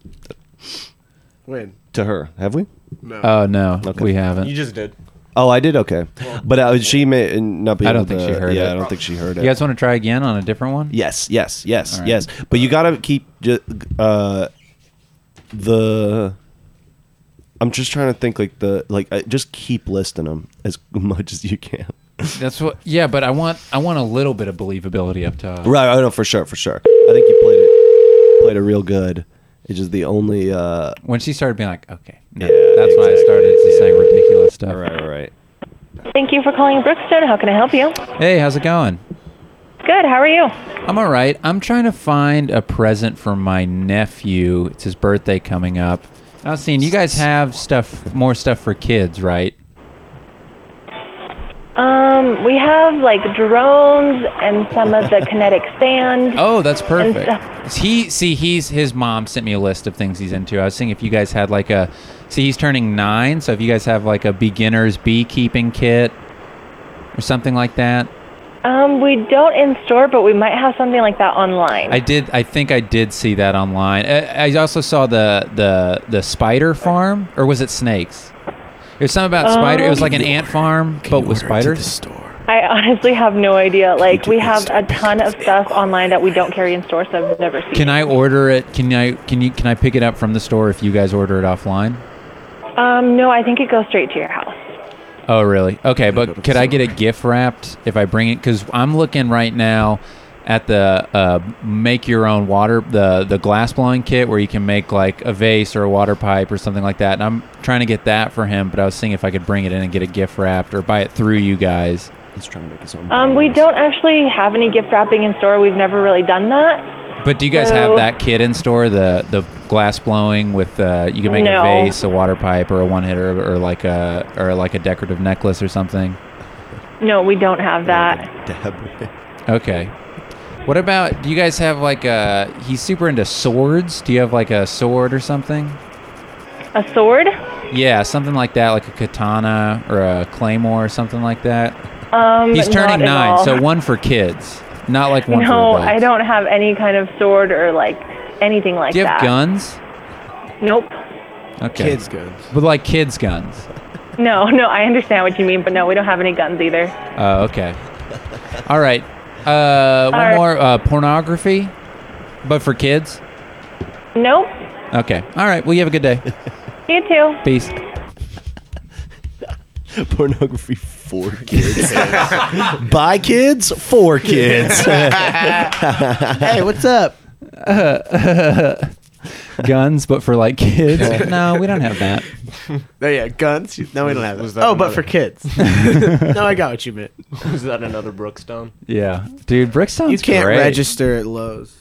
D: When?
C: to her. Have we?
D: No.
B: Oh no,
C: Okay.
B: we haven't.
F: You just did.
C: Oh, I did. Okay, but uh, she may not be.
B: I
C: able
B: don't think
C: to-
B: she heard it.
C: Yeah, I don't think she heard
B: You
C: it.
B: guys want to try again on a different one?
C: Yes, yes, yes,
B: All right.
C: yes. But you gotta keep ju- uh, the. I'm just trying to think like the like I just keep listing them as [LAUGHS] much as you can.
B: That's what. Yeah, but I want. I want a little bit of believability up top.
C: Right, I know for sure, for sure. I think you played it played it real good. It's just the only. Uh,
B: When she started being like, okay, no,
C: Yeah,
B: that's why I
C: exactly.
B: started to say ridiculous stuff.
C: all right, all right.
H: Thank you for calling Brookstone. How can I help you?
B: Hey, how's it going?
H: Good. How are you?
B: I'm all right. I'm trying to find a present for my nephew. It's his birthday coming up. I was seeing you guys have stuff, more stuff for kids, right?
H: Um, we have like drones and some of the kinetic sand.
B: Oh,
H: [LAUGHS]
B: that's perfect.
H: stuff.
B: He see, he's his mom sent me a list of things he's into. I was seeing if you guys had like a. See, he's turning nine, so if you guys have like a beginner's beekeeping kit or something like that.
H: Um, we don't in store, but we might have something like that online.
B: I did. I think I did see that online. I, I also saw the the the spider farm, or was it snakes? It was something about spider. It was like an ant farm, but with spiders.
H: I honestly have no idea. Like, we have a ton of stuff online that we don't carry in store, so I've never seen.
B: Can
H: it.
B: I order it? Can I can you can I pick it up from the store if you guys order it offline?
H: Um, no, I think it goes straight to your house.
B: Oh, really? Okay, but could I get it gift wrapped if I bring it? Because I'm looking right now at the uh, make your own water the the glass blowing kit where you can make like a vase or a water pipe or something like that. And I'm trying to get that for him, but I was seeing if I could bring it in and get it gift wrapped or buy it through you guys.
C: He's trying to make his own.
H: Um, we
C: bonus.
H: don't actually have any gift wrapping in store. We've never really done that.
B: But do you guys have
H: So-
B: that kit in store the the glass blowing with uh, you can make
H: No.
B: a vase, a water pipe, or a one hitter, or like a or like a decorative necklace or something?
H: No, we don't have that.
C: Dab.
B: Okay. What about do you guys have like a he's super into swords? Do you have like a sword or something?
H: A sword?
B: Yeah, something like that, like a katana or a claymore or something like that.
H: Um,
B: He's turning
H: not at
B: nine,
H: all. [LAUGHS]
B: so one for kids. Not like one
H: no,
B: for adults.
H: I don't have any kind of sword or like anything like
B: Do you have
H: that.
B: guns?
H: Nope.
B: Okay.
D: Kids guns.
B: But like kids guns.
H: No, no, I understand what you mean, but no, we don't have any guns either.
B: Oh, [LAUGHS] okay. All right. Uh one
H: All right.
B: more uh pornography. But for kids?
H: Nope.
B: Okay. All right. Well you have a good day.
H: You too.
B: Peace.
C: [LAUGHS] pornography [LAUGHS] for kids. By kids, for kids. [LAUGHS]
D: hey, what's up?
B: [LAUGHS] guns, but for like kids. [LAUGHS] no, we don't have that.
D: No, Oh, yeah, guns. No, we don't have those.
F: Was that
D: Oh, but
F: another-
D: for kids. no, I got what you meant.
F: Is that another Brookstone?
B: Yeah, dude, Brickstone's
D: you can't
B: great.
D: register at Lowe's.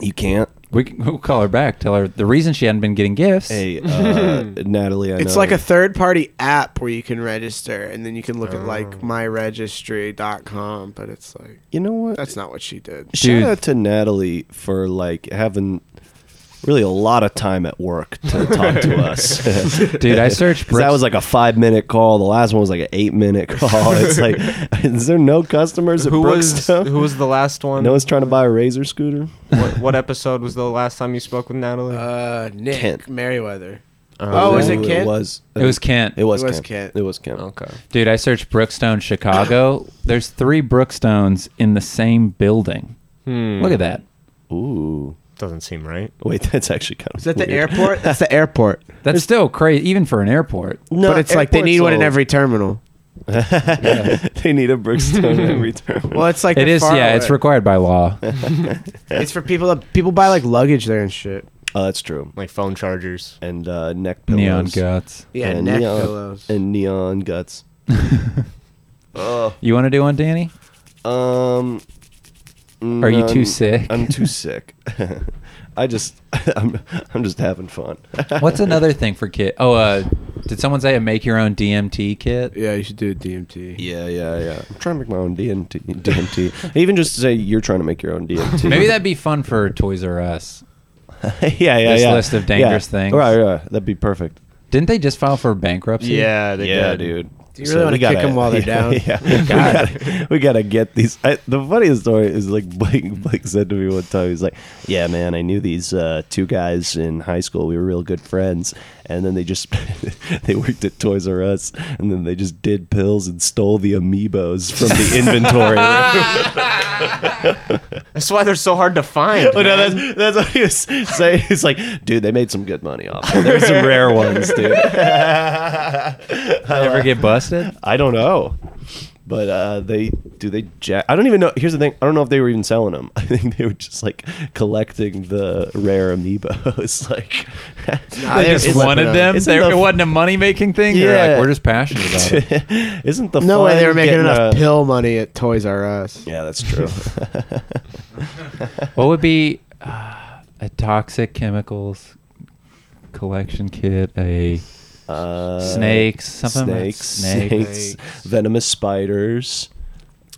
C: you can't.
B: We can, we'll call her back. Tell her the reason she hadn't been getting gifts.
C: Hey, [LAUGHS] uh, Natalie, I
D: It's
C: know.
D: like a third party app where you can register and then you can look at like myregistry.com, but it's like
C: You know what?
D: that's not what she did.
C: Shout
B: Dude.
C: out to Natalie for like having really a lot of time at work
D: [LAUGHS]
C: to talk to us.
B: Dude,
C: [LAUGHS]
B: I searched
C: 'Cause That
B: Brooks-
C: was like a five minute call. The last one was like an eight minute
D: [LAUGHS]
C: call. It's like, [LAUGHS] is there no customers at
F: Who was
C: Brookstone?
F: who was the last one?
C: no one's trying to buy a razor scooter.
F: what, what episode was the last time you spoke with Natalie?
D: Uh, Nick
C: Kent.
D: Merriweather. Oh, was it Kent?
C: It was. uh,
B: It was Kent.
C: It was,
D: It was
C: Kent.
D: Kent.
C: It was Kent.
F: okay.
B: Dude, I searched Brookstone Chicago. There's three Brookstones in the same building. Look at that.
C: Ooh,
F: Doesn't seem right.
C: wait, that's actually kind of.
D: Is that the airport? [LAUGHS] That's the airport.
B: That's still crazy, even for an airport.
C: [LAUGHS] No,
D: but it's like they
C: airport's
D: need one in
C: old.
D: every terminal.
C: [LAUGHS] they need a Brookstone in return.
D: Well, it's like
B: It
D: they're
B: is,
D: far
B: yeah, it's
D: away.
B: required by law.
D: it's for people that people buy like luggage there and shit.
C: Oh, that's true.
F: Like phone chargers.
C: And uh, neck pillows.
B: Neon guts.
D: Yeah,
C: and
D: neck
C: neon,
D: pillows.
C: and neon guts. Oh,
B: You want to do one, Danny?
C: um.
B: Are you
C: no,
B: too
C: I'm-
B: sick?
C: I'm
B: [LAUGHS]
C: too sick. [LAUGHS] I just, [LAUGHS] I'm, I'm just having fun. [LAUGHS]
B: What's another thing for kit? Oh, uh, did someone say a make your own DMT kit?
D: Yeah, you should do a DMT.
C: Yeah, yeah, yeah. I'm trying to make my own DMT. DMT. Even just to say you're trying to make your own DMT.
B: Maybe that'd be fun for Toys R Us.
C: [LAUGHS] yeah, yeah,
B: this
C: yeah.
B: list of dangerous
C: yeah.
B: things.
C: Right, yeah. That'd be perfect.
B: Didn't they just file for bankruptcy?
F: Yeah, they
C: yeah,
F: did.
C: dude.
D: Do you really wanna
C: we
D: kick 'em while they're
C: [LAUGHS]
D: down? Oh,
C: Yeah, we, gotta, we gotta get these. I, the funniest story is like Blake, Blake said to me one time. He's like, "Yeah, man, I knew these uh, two guys in high school. We were real good friends, and then they just [LAUGHS] they worked at Toys R Us, and then they just did pills and stole the amiibos from
D: [LAUGHS]
C: the inventory."
F: That's why they're so hard to find.
C: Oh, no, that's, that's what he was saying. He's like, dude, they made some good money off. It. There's some rare ones,
D: [LAUGHS]
C: dude.
B: Ever get
C: [LAUGHS]
B: busted?
C: I don't know. But uh, they do they jack. I don't even know. Here's the thing. I don't know if they were even selling them. [LAUGHS] I think they were just like collecting the rare amiibos. [LAUGHS] like
D: They just
C: isn't-
D: wanted them?
C: isn't the-
B: a money making thing.
C: They were like, Yeah.
B: we're
C: "We're
B: just
C: just
B: passionate about it.
C: [LAUGHS] Isn't the
D: No way
C: fun
D: they were making
C: getting
D: enough
C: a-
D: pill money at Toys R Us.
C: Yeah, that's
B: [LAUGHS]
C: true.
B: What would be uh, a toxic chemicals collection kit? A
C: uh,
B: Snakes, something about
C: Snakes,
B: snakes.
C: snakes, venomous spiders.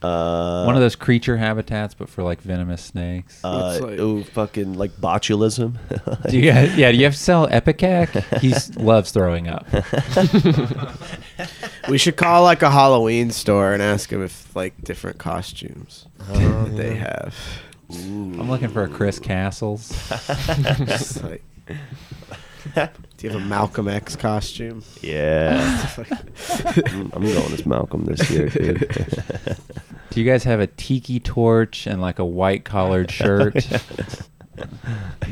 C: Uh,
B: one of those creature habitats, but for like venomous snakes.
C: Uh,
D: What's like-
C: ooh, fucking like botulism. [LAUGHS]
B: do [LAUGHS] you guys, yeah, do you have to sell Epicac? He s- loves throwing up.
D: We should call like a Halloween store and ask them if like different costumes that they
B: Oh.
C: [LAUGHS]
D: have.
B: I'm looking for a Chris Castles.
D: Just like, do you have a Malcolm X costume?
B: [LAUGHS]
C: yeah, [LAUGHS] I'm going as Malcolm this year, dude.
B: Do you guys have a tiki torch and like a white collared [LAUGHS]
C: [LAUGHS]
B: shirt?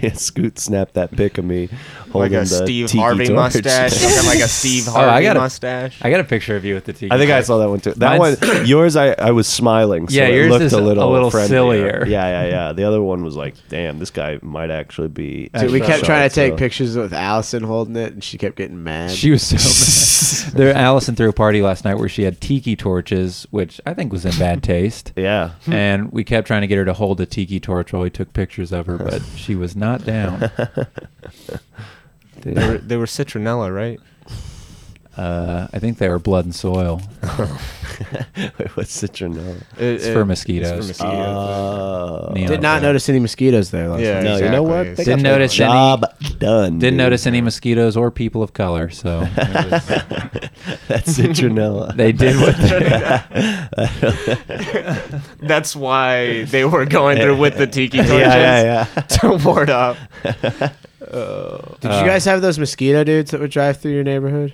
C: yeah, Scoot snapped that pic of me
F: like
C: holding
F: a
C: the
F: Steve
C: tiki
F: Harvey
C: torch.
F: mustache. I've
B: [LAUGHS]
C: [LAUGHS]
F: got like a Steve
B: Oh, I
F: Harvey
B: gotta-
F: mustache.
B: I got a picture of you with the tiki.
C: I think I
B: torch.
C: saw that one too. That
B: Mine's-
C: one, yours, I, I was smiling. So
B: Yeah,
C: it
B: yours
C: looked
B: is
C: a little,
B: a little
C: friendlier.
B: sillier.
C: Yeah, yeah, yeah. The other one was like, damn, this guy might actually be. [LAUGHS]
D: Dude, we kept
C: shot,
D: trying to take
C: so-
D: pictures with Allison holding it, and she kept getting
B: [LAUGHS]
D: mad.
B: She was so mad. There, Allison threw a party last night where she had tiki torches, which I think was in bad taste.
C: Yeah, [LAUGHS]
B: and we kept trying to get her to hold a tiki torch while we took pictures of her, but she was not down.
F: They were, they were citronella, right?
B: Uh, I think they were blood and soil.
C: Wait, what's citronella?
F: [LAUGHS]
B: It's for mosquitoes.
F: It's for
C: Oh.
B: Neon
D: Did not
B: red.
D: notice any mosquitoes there. Last
F: Yeah,
D: night.
C: No, you know what?
F: Exactly.
C: They got
B: Didn't
C: their
B: notice any-
C: job done.
B: Didn't
C: dude.
B: notice
C: [LAUGHS]
B: any mosquitoes or people of color, so
C: That's citronella.
B: they did what they,
F: That's why they were going through with the tiki
C: [LAUGHS]
F: torches [LAUGHS]
C: yeah, yeah,
F: to ward up.
D: Did
C: Uh,
D: you guys have those mosquito dudes that would drive through your neighborhood?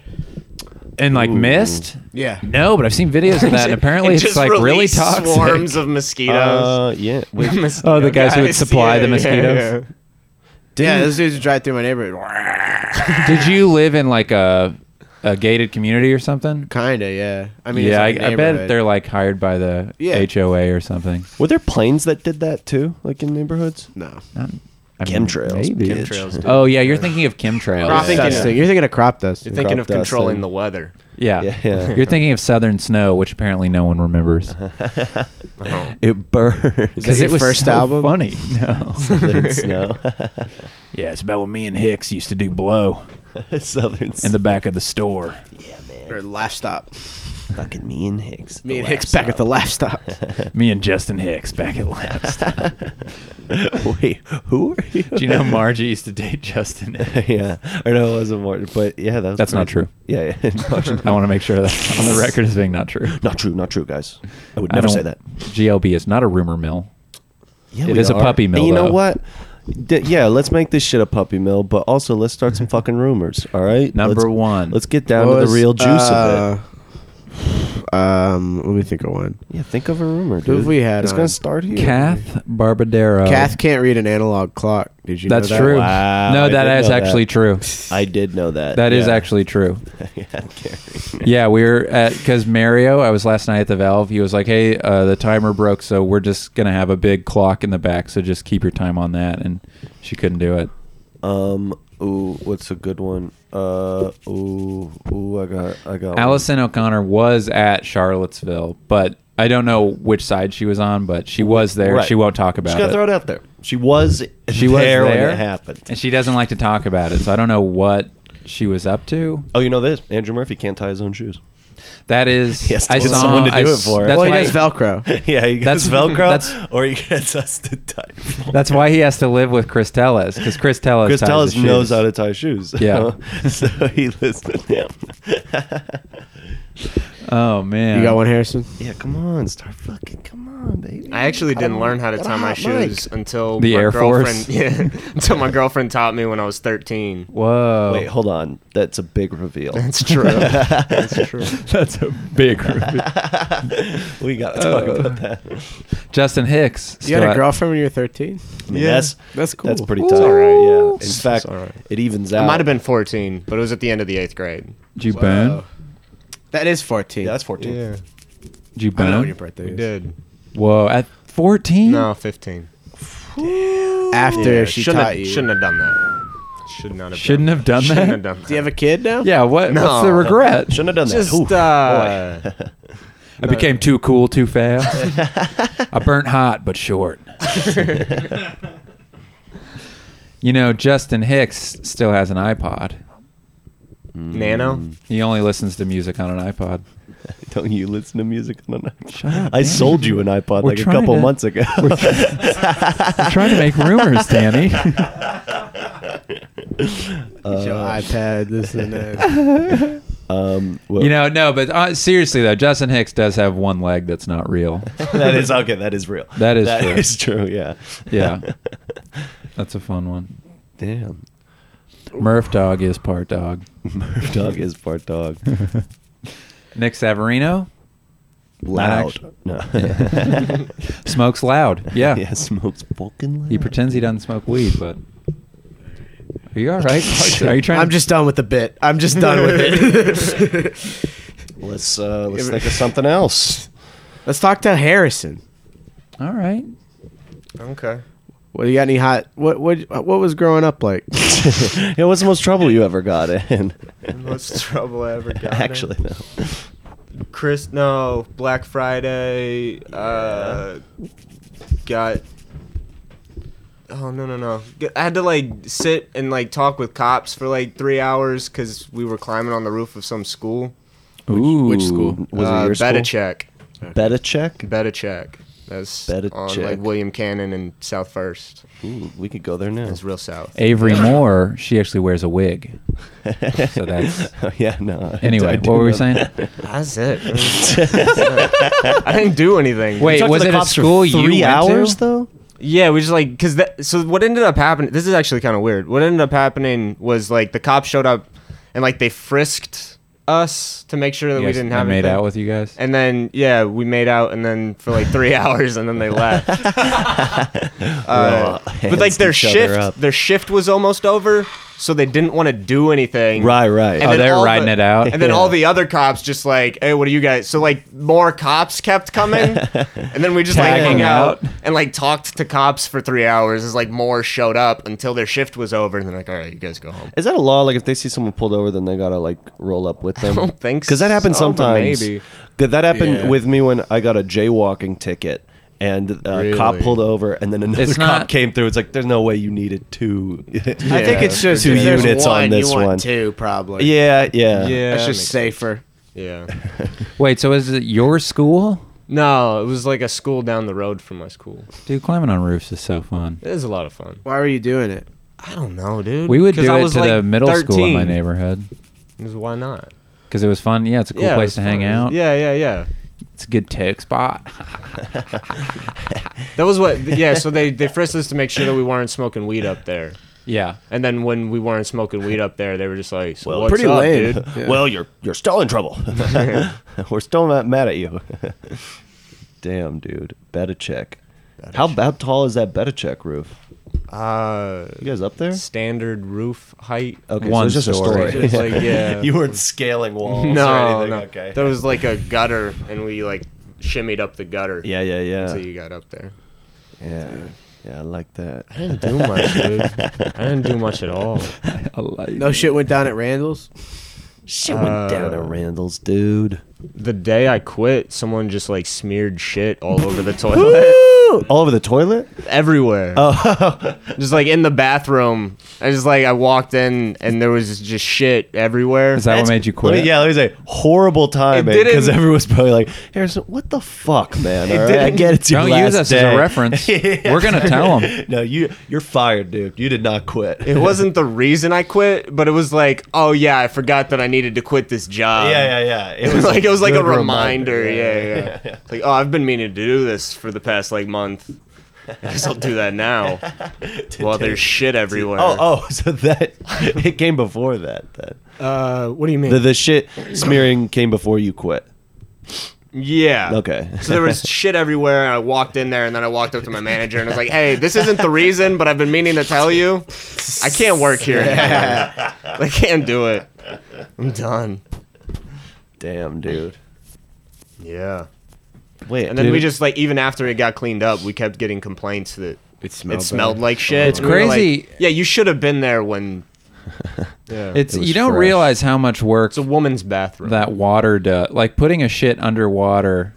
B: and like mist.
D: Yeah.
B: No, but I've seen videos of that, and apparently
F: It
B: it's
F: just
B: like really
F: released
B: toxic.
F: swarms of mosquitoes.
C: yeah. Uh, yeah. Wait,
D: [LAUGHS]
F: Mosquito
B: oh, the guys who would supply the mosquitoes?
D: Yeah, those dudes would drive through
B: [LAUGHS]
D: my neighborhood.
B: Did you live in like a a gated community or something?
D: Kinda, yeah. I mean,
B: yeah,
D: it's like a
B: I, I bet
D: neighborhood.
B: they're like hired by the
D: Yeah.
B: HOA or something.
C: were there planes that did that too, like in neighborhoods?
D: no.
B: Not, I mean,
C: Chemtrails.
B: maybe.
C: bitch.
F: Chemtrails.
B: Oh yeah, you're thinking of chemtrails.
F: Crop
D: Thinking-
F: dust.
D: You're thinking of crop dust.
F: You're thinking of
C: Crop dust
F: controlling
C: and-
F: the weather.
B: Yeah.
C: Yeah, yeah.
B: You're thinking of Southern Snow, which apparently no one remembers.
C: Uh-huh. It burns. [LAUGHS]
B: Because
D: your first album?
B: funny. No.
C: Southern snow. [LAUGHS]
B: yeah, it's about when me and Hicks used to do blow
C: Southern
B: back of the store.
D: Or last stop.
C: Fucking me and Hicks.
D: Me and Hicks back at the livestock. [LAUGHS]
B: Me and Justin Hicks back at last.
C: [LAUGHS] Wait, who are you?
B: Do you know Margie used to date Justin? Hicks?
C: [LAUGHS] yeah, I know it wasn't Martin, but yeah, that was
B: That's not
C: pretty-
B: true.
C: Yeah, [LAUGHS] yeah.
B: I want to make sure that's on the record as being not true.
C: Not true, not true, guys. I would
B: I
C: never
B: don't-
C: say that.
B: GLB is not a rumor mill.
C: Yeah,
B: It
C: we
B: is a
C: are.
B: puppy mill,
C: And you know
B: though.
C: what? D- yeah, let's make this shit a puppy mill, but also let's start some fucking rumors. All right,
B: Number
C: Let's-
B: one.
C: Let's get down to the real juice
D: uh,
C: of it.
D: it. [SIGHS] Um, let me think of one.
C: Yeah, think of a rumor, dude.
D: Who have we had
C: It's
D: on?
C: gonna start here.
B: Kath Barbadero.
D: Kath can't read an analog clock. Did you?
B: Oh. That's
D: know that?
B: true.
C: Wow,
B: no,
C: I
B: that
C: didn't
B: is
C: know that.
B: actually true.
C: I did know that.
B: That is
C: Yeah.
B: actually true.
C: [LAUGHS] yeah, Gary.
B: Yeah, we were at because Mario. I was last night at the Valve. He was like, "Hey, uh, the timer broke, so we're just gonna have a big clock in the back. So just keep your time on that." And she couldn't do it.
C: Um. Ooh, what's a good one? Uh. Ooh. Ooh. I got. I got. one.
B: Allison O'Connor was at Charlottesville, but I don't know which side she was on. But she was there.
C: Right.
B: She won't talk about
C: Just gotta
B: it.
C: throw it out there. She was.
B: she
C: there
B: was
C: when
B: there
C: it happened.
B: and she doesn't like to talk about it. So I don't know what she was up to.
C: Oh, you know this? Andrew Murphy can't tie his own shoes.
B: That is,
C: [LAUGHS] He has to
B: I
C: get
B: saw
C: someone to
B: I
C: do it
B: s-
C: for her.
B: That's
D: Well, he
B: why
D: does Velcro.
C: [LAUGHS] yeah, he
B: That's-
C: gets Velcro,
B: that's-
C: or he gets us to tie. for
B: That's
C: him.
B: why he has to live with Chris Tellez because Chris Tellez
C: Chris
B: ties
C: Tellis
B: his
C: knows
B: shoes.
C: how to tie shoes.
B: Yeah.
C: [LAUGHS] so he listened to him. [LAUGHS]
B: Oh man,
D: You got one, Harrison.
C: yeah, come on, start fucking, come on, baby.
F: I actually didn't learn how to
C: Got a
F: tie my
C: hot mic.
F: shoes until
B: The
F: my
B: Air
F: girlfriend,
B: Force?
F: [LAUGHS] Yeah, until my girlfriend taught me when I was thirteen.
B: Whoa,
C: Wait, hold on. That's a big reveal. [LAUGHS]
F: That's true. That's true.
B: that's a big group.
C: we gotta talk
B: Uh,
C: about that.
B: Justin Hicks.
D: You had
B: still
D: a
B: at-
D: girlfright when you were thirteen.
C: I mean, that's
D: That's cool.
C: that's pretty
D: Ooh.
C: tight.
D: It's all
C: Yeah.
D: right.
C: In fact,
D: all right.
C: it evens out.
F: I might have been fourteen, but it was at the end of the eighth grade.
B: Did you burn?
D: That is fourteen.
C: Yeah, that's 14.
B: Did you
D: I don't know when your
B: burn?
D: birthday
F: we
D: is.
F: did.
B: Whoa, at fourteen.
F: No, fifteen.
D: After
F: Yeah,
D: she
F: shouldn't
D: taught
F: have,
D: you.
F: shouldn't have done that. Should not have.
B: Shouldn't have done
F: Shouldn't
B: that?
F: have done that.
D: Do you have a kid now?
B: Yeah. What? What's the
F: No.
B: regret?
C: Shouldn't have done
F: Just
C: that. Ooh,
F: uh,
B: I became too cool too
C: [LAUGHS]
B: fast. I burnt hot but short. you know, Justin Hicks still has an iPod.
F: Nano.
B: He only listens to music on an iPod.
C: Don't you listen to music on an iPod?
B: Shut up,
C: I
B: man.
C: sold you an iPod
B: We're
C: like a
B: trying
C: couple
B: to-
C: months ago.
B: I'm trying to make rumors,
F: [LAUGHS]
B: Danny.
D: Get your iPad. This [LAUGHS] and that.
C: [LAUGHS] um, well,
B: you know, no, but uh, seriously though, Justin Hicks does have one leg that's not
F: [LAUGHS]
B: real.
C: [LAUGHS] that is okay. That is real.
B: That is
C: That
B: true.
C: is true. Yeah.
B: Yeah. That's a fun one.
C: [LAUGHS] Damn.
B: Murph Dog is part dog.
C: Murph Dog is part
B: [LAUGHS]
C: dog.
B: Nick Savarino
C: [LAUGHS] Loud. No. yeah.
B: smokes
F: [LAUGHS]
B: loud. [LAUGHS] Yeah.
C: Smokes fucking loud.
B: He pretends he doesn't smoke weed, but are you all
F: [LAUGHS]
B: right? Are you trying?
D: I'm
B: to-
D: just done with the bit. I'm just done with it.
C: Let's uh, let's
F: [LAUGHS]
C: think of something else.
D: [LAUGHS]
C: [LAUGHS]
D: Let's talk to Harrison.
B: all right.
F: Okay.
D: What you got? Any hot? What? What? What was growing up like?
C: Yeah, what's the most trouble you ever got in?
F: Most trouble I ever got. in.
C: Actually, no.
F: Chris, no, Black Friday, uh, got, oh, no, no, no. G- I had to, like, sit and, like, talk with cops for, like, three hours because we were climbing on the roof of some school.
B: Ooh.
D: which school?
C: Was
F: uh,
C: it your
F: Beta
C: school?
F: check.
C: Beta check.
F: Beta check. That's
C: Beta
F: on,
C: check.
F: like, William Cannon and South First.
C: Ooh, we could go there now. [LAUGHS]
F: It's real south.
B: Avery Moore, she actually wears a wig.
F: [LAUGHS]
B: So that's
C: Oh, yeah, no. I
B: anyway.
C: do
B: What were we
C: know. [LAUGHS]
B: saying?
F: That's it. I didn't do anything.
B: Wait,
C: talked to
B: was
C: the
B: it a
C: cops for
B: school you
C: three
B: went to?
C: hours though?
F: Yeah, we just like because that. So what ended up happening? This is actually kind of weird. What ended up happening was like the cops showed up, and like they frisked us to make sure that
B: You
F: we
B: guys-
F: didn't
B: I
F: have
B: made
F: anything.
B: out with you guys.
F: And then yeah, we made out, and then for like three [LAUGHS] hours, and then they left. Uh,
C: Well,
F: but like
C: hands
F: their
C: each other up.
F: shift, their shift was almost over, so they didn't want to do anything.
C: Right, right.
B: Oh,
F: then
B: they're
F: all
B: riding
F: the-
B: it out?
F: And then
C: Yeah.
F: all the other cops just like, hey, what are you guys? So like more cops kept coming, and then we just like
B: Tagging
F: hung out
B: out.
F: and like talked to cops for three hours as like more showed up until their shift was over, and they're like, all right, you guys go home.
C: Is that a law? Like, if they see someone pulled over, then they gotta like roll up
F: [LAUGHS]
C: with them.
F: don't think
C: because that happens
F: so, but
C: sometimes.
F: maybe.
C: Did that happen
D: Yeah.
C: with me when I got a jaywalking ticket? And a cop
F: Really?
C: pulled over, and then another
B: It's
C: cop
B: not-
C: came through. It's like there's no way you needed two. [LAUGHS]
D: I think it's just
C: two
D: if there's
C: units
D: one,
C: on this
D: you want
C: one.
D: Two probably.
C: Yeah, yeah,
F: Yeah.
D: That's
F: that
D: just
F: makes
D: safer.
F: Yeah.
B: Wait, so is it your school?
F: No, it was like a school down the road from my school.
B: Dude, climbing on roofs is so fun.
F: It is a lot of fun.
D: Why were you doing it?
F: I don't know, dude.
B: We would
F: 'Cause
B: do
F: I
B: it
F: was
B: to the
F: like
B: middle school in my
F: 13.
B: neighborhood
F: Because Why not?
B: because it was fun. Yeah, it's a cool
F: Yeah, it
B: place
F: was
B: to hang
F: fun.
B: out.
F: Yeah, yeah, yeah.
B: It's a good tech spot.
F: That was what. Yeah, so they they frisked us to make sure that we weren't smoking weed up there.
B: Yeah.
F: And then when we weren't smoking weed up there, they were just like, so
C: Well,
F: "What's
C: pretty
F: up,
C: lame. [LAUGHS]
F: dude?"
C: Well, you're you're still in
F: [LAUGHS]
C: trouble. [LAUGHS] We're still not mad at you. [LAUGHS] Damn, dude. Betacek. How how tall is that Betacek roof?
F: Uh,
C: You guys up there?
F: standard roof height.
C: Okay,
B: One
C: so it's just
B: story.
C: a story. [LAUGHS]
F: It's like, yeah.
C: you weren't scaling walls or
F: no,
C: anything.
F: no.
C: Okay.
F: There was like a gutter, and we like shimmied up the gutter.
C: yeah, yeah, yeah.
F: Until you got up there.
C: yeah. Yeah, I like that.
F: I didn't do
C: [LAUGHS]
F: much, dude. I didn't do much at all.
D: No shit went down at Randall's.
C: Shit went down at Randall's, dude.
F: Uh, The day I quit, someone just like smeared shit all over
C: [LAUGHS]
F: the toilet,
C: All over the toilet?
F: everywhere.
C: Oh,
F: [LAUGHS] Just like in the bathroom. I just like I walked in, and there was just shit everywhere.
B: Is that what made you quit?
C: Let me- yeah, let me say, horrible time,
F: It
C: because
F: didn't-
C: everyone's probably like, "Harrison, what the fuck, man? All right, I
F: didn't-
C: get it's your
B: Don't
C: last
B: use us as
C: day."
B: a
C: [LAUGHS]
B: reference. We're gonna tell them.
C: no, you you're fired, dude. You did not quit.
F: [LAUGHS] It wasn't the reason I quit, but it was like, oh yeah, I forgot that I needed to quit this job.
C: yeah, yeah, yeah. [LAUGHS] It
F: [LAUGHS] like it was like a
C: good
F: reminder. Yeah,
C: [LAUGHS]
F: yeah. It's Like, oh, I've been meaning to do this for the past like month. I guess I'll do that
C: [LAUGHS]
F: now. While there's shit everywhere.
C: Oh, oh, [LAUGHS] so that it came before that. Then
F: Uh, what do you mean?
C: the the shit smearing came before you quit.
F: yeah.
C: Okay.
F: So there was shit everywhere, and I walked in there, and then I walked up to my manager, and I was like, "Hey, this isn't the reason, but I've been meaning to tell you, I can't work here. anymore. I can't do it. I'm done."
C: [LAUGHS] Damn, dude.
F: Yeah.
C: Wait,
F: And then we
C: dude.
F: just like even after it got cleaned up, we kept getting complaints that
D: It smelled.
F: it smelled like shit.
B: It's
F: We were like,
B: crazy.
F: yeah, you should have been
B: [LAUGHS]
F: there when. Yeah.
B: It's
C: was
B: you don't
C: fresh.
B: realize how much work
F: it's a woman's bathroom.
B: that water does. Like putting a shit underwater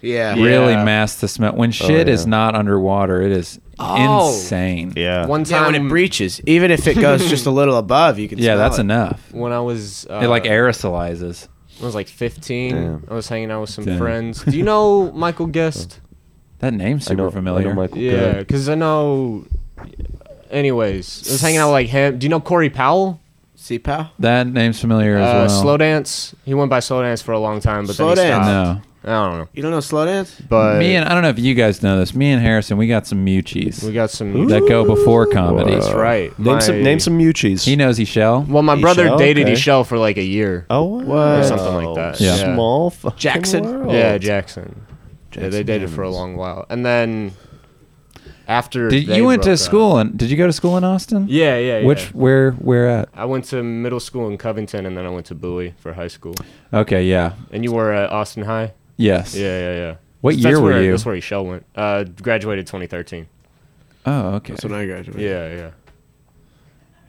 D: Yeah.
B: really
F: Yeah.
B: masks the smell. When shit is
C: yeah.
B: not underwater, it is
D: Oh.
B: insane.
C: yeah.
F: One
D: Yeah,
F: time
D: when it breaches, even if it goes just a little above, you can.
B: Yeah,
D: smell
B: that's
D: it.
B: enough.
F: when I was uh,
B: it like aerosolizes.
F: I was like 15.
C: Damn.
F: I was hanging out with some
B: Damn.
F: friends. Do you know Michael Guest?
B: That name's
C: I
B: super
C: know,
B: familiar.
C: I know Michael
F: yeah,
C: Good.
F: because I know. Anyways, I was hanging out with like him. Do you know Corey Powell?
D: See, pal.
B: that name's familiar
F: uh,
B: as well.
F: Slow dance. He went by slow dance for a long time, but
D: Slow
F: then he
D: Dance.
F: stopped.
B: No.
F: I don't know.
D: You don't know slow dance?
F: But
B: me and I don't know if you guys know this. Me and Harrison, we got some Muchis
F: we got some.
B: that go before comedy.
F: That's right.
C: Uh, Name some
F: My-
C: name some Muchis.
B: He knows he shall.
F: Well, my brother
C: Shell?
F: dated
C: Okay.
F: Eshell for like a year.
C: Oh, wow.
F: Or something like that.
B: Yeah.
C: Small fucking
D: Jackson?
C: world.
F: Yeah, Jackson. yeah, they dated for a long while, and then after
B: Did
F: they
B: you went
F: broke
B: to
F: up-
B: school and did you go to school in Austin?
F: Yeah, yeah, yeah.
B: Which where where at?
F: I went to middle school in Covington, and then I went to Bowie for high school.
B: Okay, yeah.
F: And you were at Austin High.
B: Yes.
F: Yeah, yeah, yeah.
B: What
F: That's
B: year were
F: where-
B: you?
F: That's where Eshell went. Uh, graduated 2013.
B: Oh, okay.
D: That's when I graduated.
F: Yeah, yeah.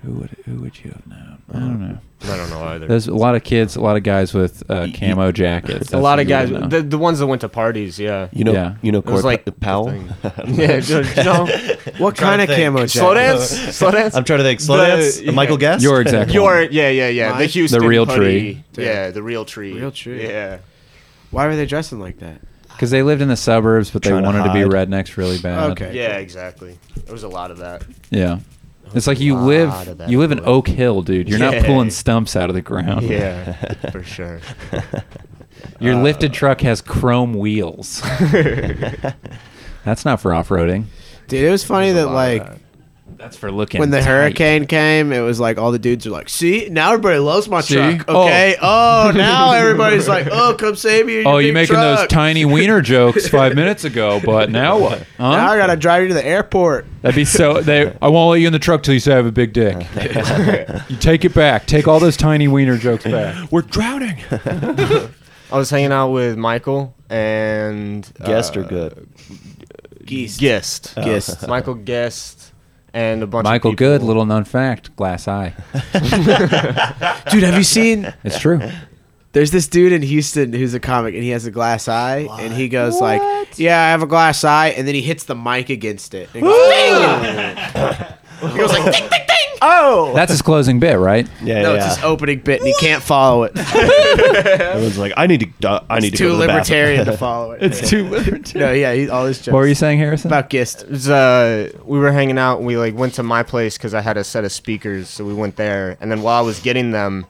B: Who would who would you have known?
F: Uh,
B: I don't know.
F: I don't know either.
B: There's a lot of kids, a lot of guys with uh, camo jackets.
F: a lot of guys.
B: The,
F: The, the ones that went to
B: [LAUGHS]
F: parties. Yeah.
C: You know,
B: Yeah.
C: you know,
F: It was
C: Corey
F: like
C: like Powell. [LAUGHS]
F: yeah. You
B: [LAUGHS]
F: know,
D: What
C: trying
D: kind of
C: to think.
D: camo jacket?
F: slow dance. Slow dance.
C: I'm trying to think. Slow
F: The-
C: dance.
F: yeah.
C: Michael Guest.
B: Your exact
F: Your yeah yeah yeah the
D: Mine?
F: Houston
B: The real
F: hoodie.
B: tree.
F: yeah the real tree
D: Real tree.
F: yeah
D: Why were they dressing like that?
B: because they lived in the suburbs, but they
C: Trying to
B: wanted to, be
C: hide.
B: rednecks really bad.
D: Okay.
F: yeah exactly there was a lot of that
B: Yeah. It's like you
F: lot
B: live
F: of that
B: you live in
F: wood.
B: Oak Hill, dude. You're not
F: Yeah.
B: pulling stumps out of the ground.
F: yeah Uh, for sure [LAUGHS]
B: Your lifted truck has chrome
F: [LAUGHS]
B: wheels. That's not for off-roading.
D: Dude, it was funny that like
B: That's for looking.
D: when the
B: tight.
D: hurricane came, it was like all the dudes are like, "See, now everybody loves my
B: See?
D: truck."
B: Oh.
D: Okay. Oh. now everybody's like, "Oh, come save me!" in your
B: Oh, you're
D: big
B: making those
D: truck."
B: tiny wiener jokes five minutes ago, but now [LAUGHS] what?
D: Now I
B: Huh?
D: gotta drive you to the airport.
B: That'd be so. They, I won't let you in the truck till you say I have a big dick. [LAUGHS] you take it back. Take all those tiny wiener jokes [LAUGHS] back.
C: We're drowning.
F: I was hanging out with Michael and
C: [LAUGHS] Guest
F: uh,
C: or good?
D: Geese.
F: Guest
D: Guest.
F: Michael Guest and a bunch
B: Oh. Michael
F: of people.
B: Good, little known fact, glass eye.
D: Dude, have you seen?
B: It's true.
D: There's this dude in Houston who's a comic, and he has a glass eye, and he goes like, "Yeah, I have a glass eye," and then he hits the mic against it. And goes, "Ding!" he goes like, "Ding, ding, ding!" oh,
B: That's his closing bit, [LAUGHS] right?
C: Yeah,
D: no,
C: yeah.
D: it's his opening bit, and he can't
C: [LAUGHS]
D: follow it.
C: Everyone's like, I need to. du- I need
D: It's
C: to go
D: too
C: to the bathroom. [LAUGHS]
D: libertarian to follow it.
B: It's too weird.
D: no, yeah, he, all his jokes
B: What were you saying, Harrison?
D: about Gist.
F: It was, uh, we were hanging out and we like went to my place because I had a set of speakers, so we went there. And then while I was getting them,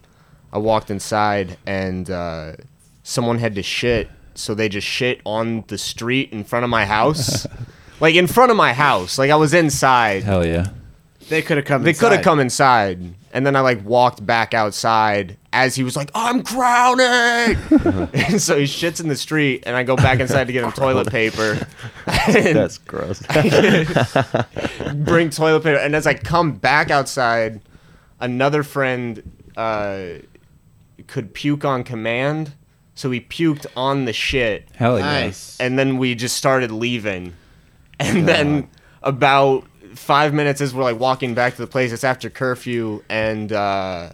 F: I walked inside and uh, someone had to shit, so they just shit on the street in front of my house, like in front of my house. Like I was inside.
B: Hell yeah.
D: They could have come.
F: They could have
D: inside.
F: come inside, and then I like walked back outside as he was like, "I'm drowning," [LAUGHS] and so he shits in the street, and I go back inside to get him toilet paper. and
C: That's
F: [LAUGHS]
C: gross.
F: bring toilet paper. And as I come back outside, another friend uh, could puke on command. So he puked on the shit.
B: Hell yeah.
D: Nice.
F: And then we just started leaving. And then about five minutes as we're like walking back to the place, it's after curfew. And uh,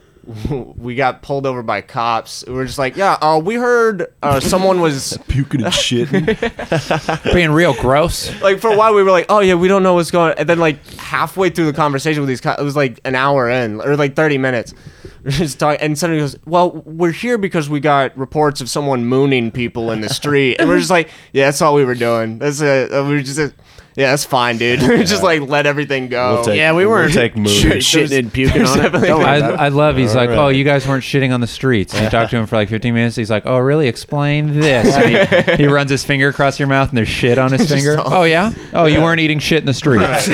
F: [LAUGHS] we got pulled over by cops. We were just like, yeah, uh, we heard uh, someone was
C: Puking and shitting.
B: Being real gross.
F: like for a while we were like, oh yeah, we don't know what's going. on. And then like halfway through the conversation with these, co- it was like an hour in or like thirty minutes. [LAUGHS] We're just talking, and suddenly he goes, well, we're here because we got reports of someone mooning people in the street, and we're just like, [LAUGHS] yeah, that's all we were doing. That's it. Uh, We were just. uh, yeah, that's fine, dude. [LAUGHS] We just like let everything go.
C: We'll take-
D: Yeah, we
C: we'll
D: weren't [LAUGHS]
C: take movies.
D: shit- shitting and puking on it.
C: [LAUGHS]
D: Don't worry
B: I,
D: about it.
B: I love. He's like,
C: All
B: oh,
C: right.
B: you guys weren't shitting on the streets. And you talk to him for like 15 minutes. He's like, oh, really? Explain this. And he, he runs his finger across your mouth, and there's shit on his finger. Oh yeah. Oh, you weren't eating shit in the streets.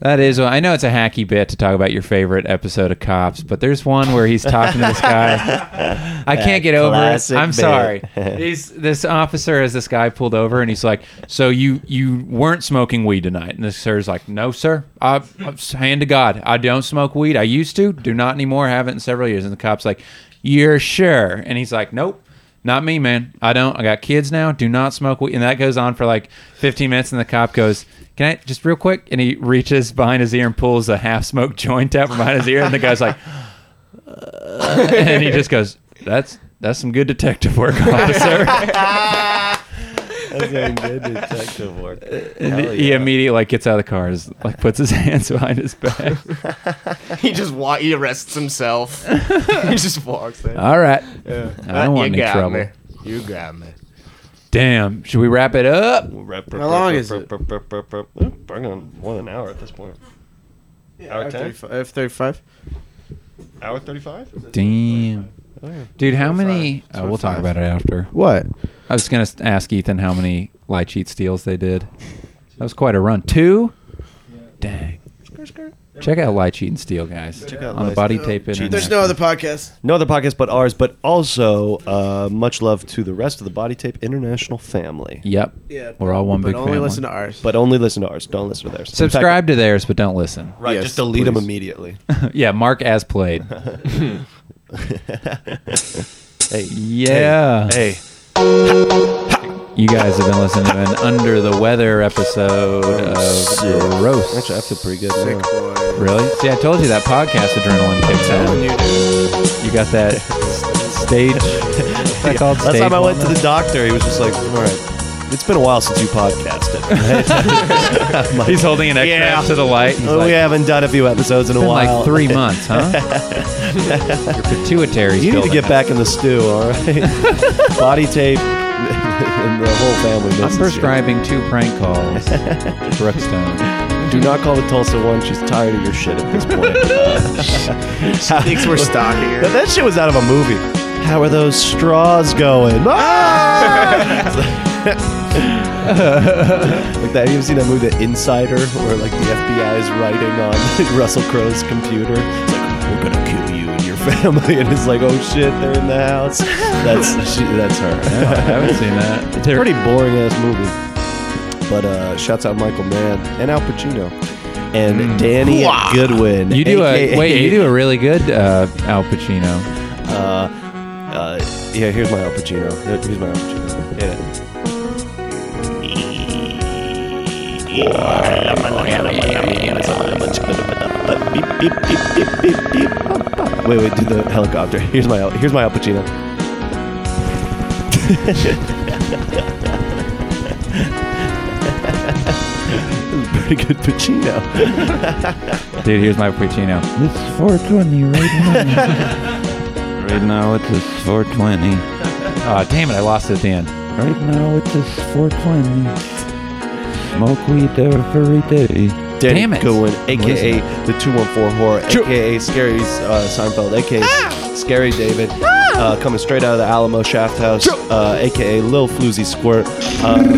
B: That is. I know it's a hacky bit to talk about your favorite episode of Cops, but there's one where he's talking to this guy. I can't get over it.
C: classic
B: I'm
C: bit. [LAUGHS]
B: sorry. He's, this officer has this guy pulled over, and he's like, "So you you weren't smoking weed tonight?" And this sir's like, "No, sir. I, I hand to God, I don't smoke weed. I used to, do not anymore. Haven't in several years." And the cop's like, "You're sure?" And he's like, "Nope." Not me, man. I don't. I got kids now. Do not smoke weed. And that goes on for like 15 minutes. And the cop goes, Can I just real quick? And he reaches behind his ear and pulls a half smoked [LAUGHS] joint out from behind his ear. And the guy's like, "Uh," [LAUGHS] And he just goes, That's that's some good detective work, officer.
C: That's a good detective work. [LAUGHS]
B: and
C: Hell
B: he
C: yeah.
B: immediately like gets out of the car and just, like puts his [LAUGHS] hands behind his back.
F: [LAUGHS] He just wa- he arrests himself. [LAUGHS] he just walks in.
B: All right. I
F: Uh,
B: don't
F: you
B: want any
F: got
B: trouble.
F: me. You got me.
B: Damn. Should we wrap it up?
C: How
D: long is it?
C: Bring on more than an hour at this point. hour ten,
D: F uh, thirty-five.
C: hour thirty-five.
B: Damn. Dude, how many? Oh, we'll talk about it after.
D: What?
B: I was gonna ask Ethan how many light sheet steals they did. That was quite a run. Two. Dang. Check out light sheet and steal, guys. Check
C: out
B: on the
C: Light
B: body
C: Sheet.
B: tape. Internet.
D: There's no other podcast.
C: No other podcast but ours, but also uh, much love to the rest of the Body Tape International family.
B: Yep.
D: Yeah,
B: We're all one
D: but
B: big
D: only
B: family.
D: listen to ours.
C: But only listen to ours. Don't listen to theirs. In fact,
B: Subscribe to theirs, but don't listen.
C: right,
D: Yes,
C: just delete them
B: [LAUGHS]
D: please.
C: immediately.
B: yeah, mark as
C: [LAUGHS]
B: played.
C: hey,
B: Yeah.
C: hey,
B: You guys have been listening to an under the weather episode of Gross.
C: Oh, actually, I feel pretty good. now. [LAUGHS]
B: Really? See, I told you that podcast adrenaline kicks in. You got that s-
C: [LAUGHS]
B: stage. What's that called?
C: Last
B: Stage
C: time I went to
B: wellness?
C: the doctor, he was just like, "All right, it's been a while since you podcasted." I'm like,
B: He's holding an X
C: Yeah.
B: to the light. He's
C: "Oh,
B: like,
C: we haven't done a few episodes in a
B: Been
C: while.
B: like three months,
C: [LAUGHS]
B: huh? Your pituitary's
C: You need to
B: building
C: get
B: up.
C: back in the stew, all right? Body tape, and the whole family.
B: I'm
C: misses you.
B: prescribing two prank
C: [LAUGHS]
B: calls to Brookstone.
C: Do not call the Tulsa one. She's tired of your shit at [LAUGHS] this point.
B: [LAUGHS]
D: She thinks we're stalking
F: [LAUGHS]
C: Now,
D: her.
C: that shit was out of a movie. How are those straws going? Ah! like that. Have you ever seen that movie, The Insider, where like the FBI is writing on [LAUGHS] Russell Crowe's computer? It's like, we're gonna kill you and your [LAUGHS] family, and it's like, oh shit, they're in the house. That's she, that's
B: I [LAUGHS]
C: her.
B: haven't seen that.
C: It's a pretty boring ass movie. But uh, shouts out Michael Mann and Al Pacino and Danny Goodwin.
B: Mm. You do a
C: AKA
B: wait. You do a really good uh, Al Pacino.
C: uh, uh, yeah, here's my Al Pacino. Here- Here's my Al Pacino. Hit it. Wait, wait, do the helicopter. Here's my Al- here's my Al Pacino. [LAUGHS] This is a pretty good Pacino.
B: Dude, here's my Pacino. This is 420 right now. [LAUGHS] right now it's just 420. Aw, damn it, I lost it at the end. Right now it's just 420. Smoke weed every day.
C: Danny
B: damn it.
C: Goodwin, aka the 214 Horror, aka Scary uh, Seinfeld, aka
B: Ah!
C: Scary David, uh, coming straight out of the Alamo Shaft House, uh, aka Lil Floozy Squirt. Um,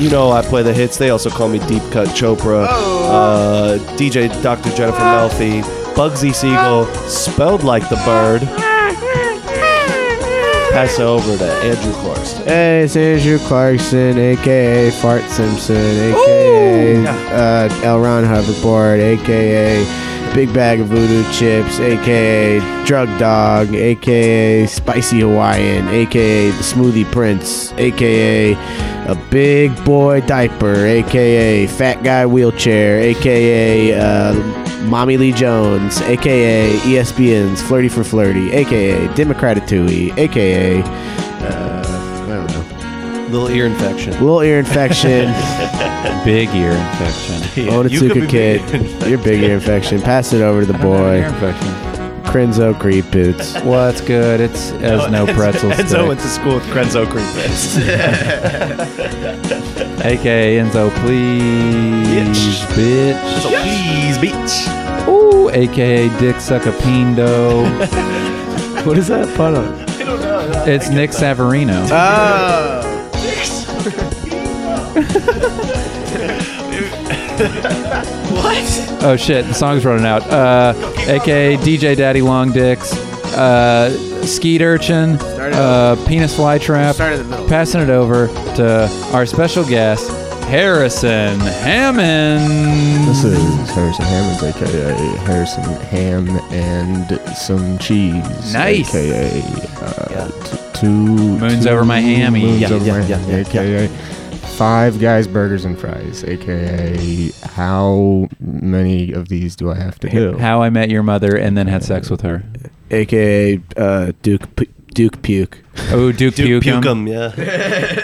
C: you know I play the hits. They also call me Deep Cut Chopra, uh,
B: Oh.
C: DJ Dr. Jennifer
B: Ah.
C: Melfi, Bugsy Siegel, spelled like the bird. Pass it over to Andrew Clarkson.
D: Hey, it's Andrew Clarkson, aka Fart Simpson, aka uh, L. Ron Hoverboard, aka Big Bag of Voodoo Chips, aka Drug Dog, aka Spicy Hawaiian, aka The Smoothie Prince, aka A Big Boy Diaper, aka Fat Guy Wheelchair, aka uh, Mommy Lee Jones, aka ESPN's Flirty for Flirty, aka Democratatouille, aka. Uh, I don't know
C: Little ear infection.
D: little ear
C: [LAUGHS]
D: infection.
B: Big ear infection.
C: Yeah, you could be
D: Onitsuka kid,
C: big ear infection.
D: your big ear infection. Pass it over to the
B: I don't have an Ear
D: boy.
B: infection.
D: Crenzo creep boots.
B: Well, it's good. It's [LAUGHS] as
C: [LAUGHS]
B: no pretzel
C: Enzo
B: stick.
C: went to school with Crenzo Creepers.
B: AKA Enzo, please,
C: Bitch.
B: bitch.
C: Please, bitch.
B: Ooh, AKA Dick
D: [LAUGHS]
B: Suckapindo.
D: What is that pun on?
B: it's Nick
D: [LAUGHS]
B: Savarino.
C: What?
B: Oh shit, the song's running out. Uh, AKA DJ Daddy Long Dicks, uh, Skeet Urchin, uh, Penis Flytrap.
D: Start in the middle.
B: Passing it over to our special guest, Harrison Hammond.
A: This is Harrison Hammond's, aka Harrison Ham and some cheese.
B: Nice.
A: Aka uh, t- two moons
B: over my hammy.
A: Moons
B: Yeah,
A: over
C: yeah,
A: my
C: yeah,
A: hammy,
C: yeah,
A: aka Five Guys Burgers and Fries. Aka how many of these do I have to do?
B: How I Met Your Mother and then had sex with her.
D: AKA uh, Duke P- Duke Puke.
B: Oh, Duke,
C: Duke
B: Pukem.
C: Pukem,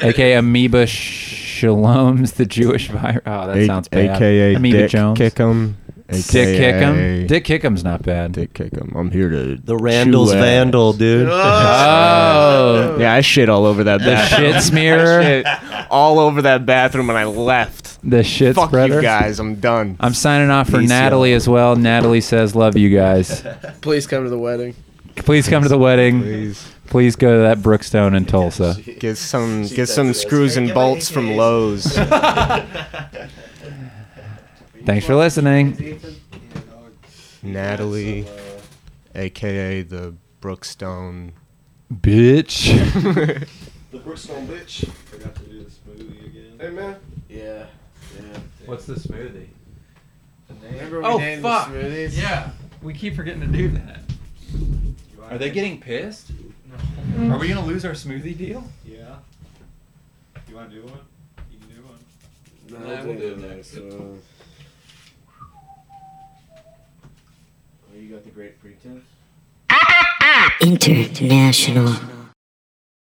C: yeah.
B: AKA Amoeba Shalom's the Jewish virus. Oh, that
A: A-
B: sounds bad.
A: AKA
B: Amoeba
A: Dick
B: Jones.
A: Kickum.
B: Dick
A: AKA
B: Kickum. Dick Kick'em's not bad.
A: Dick Kickum. I'm here to
C: The Randall's
A: chew ass.
C: Vandal, dude.
B: Oh,
F: Yeah, I shit all over that
B: the
F: bathroom.
B: shit smearer.
F: Shit all over that bathroom and I left.
B: The shit
F: Fuck
B: spreader.
F: you guys, I'm done.
B: I'm signing off for
D: Peace,
B: Natalie as well. Natalie says, "Love you guys.
D: Please come to the wedding.
B: Please come to the wedding. Please,
F: Please
B: go to that Brookstone in Tulsa."
F: get some get some screws and bolts from
C: [LAUGHS]
F: Lowe's.
B: Thanks for listening.
F: [LAUGHS] Natalie, aka the Brookstone.
B: Bitch.
E: The Brookstone bitch. Forgot to do the smoothie again. Hey man.
D: Yeah. yeah.
B: What's the smoothie?
D: Remember
B: Oh, named the fuck. Yeah, we keep forgetting to do that. Are they getting pissed? Are we gonna lose our smoothie deal?
E: Yeah. You wanna do one? You can do one.
B: Nah, we'll do next
D: You got the great pretense.
I: International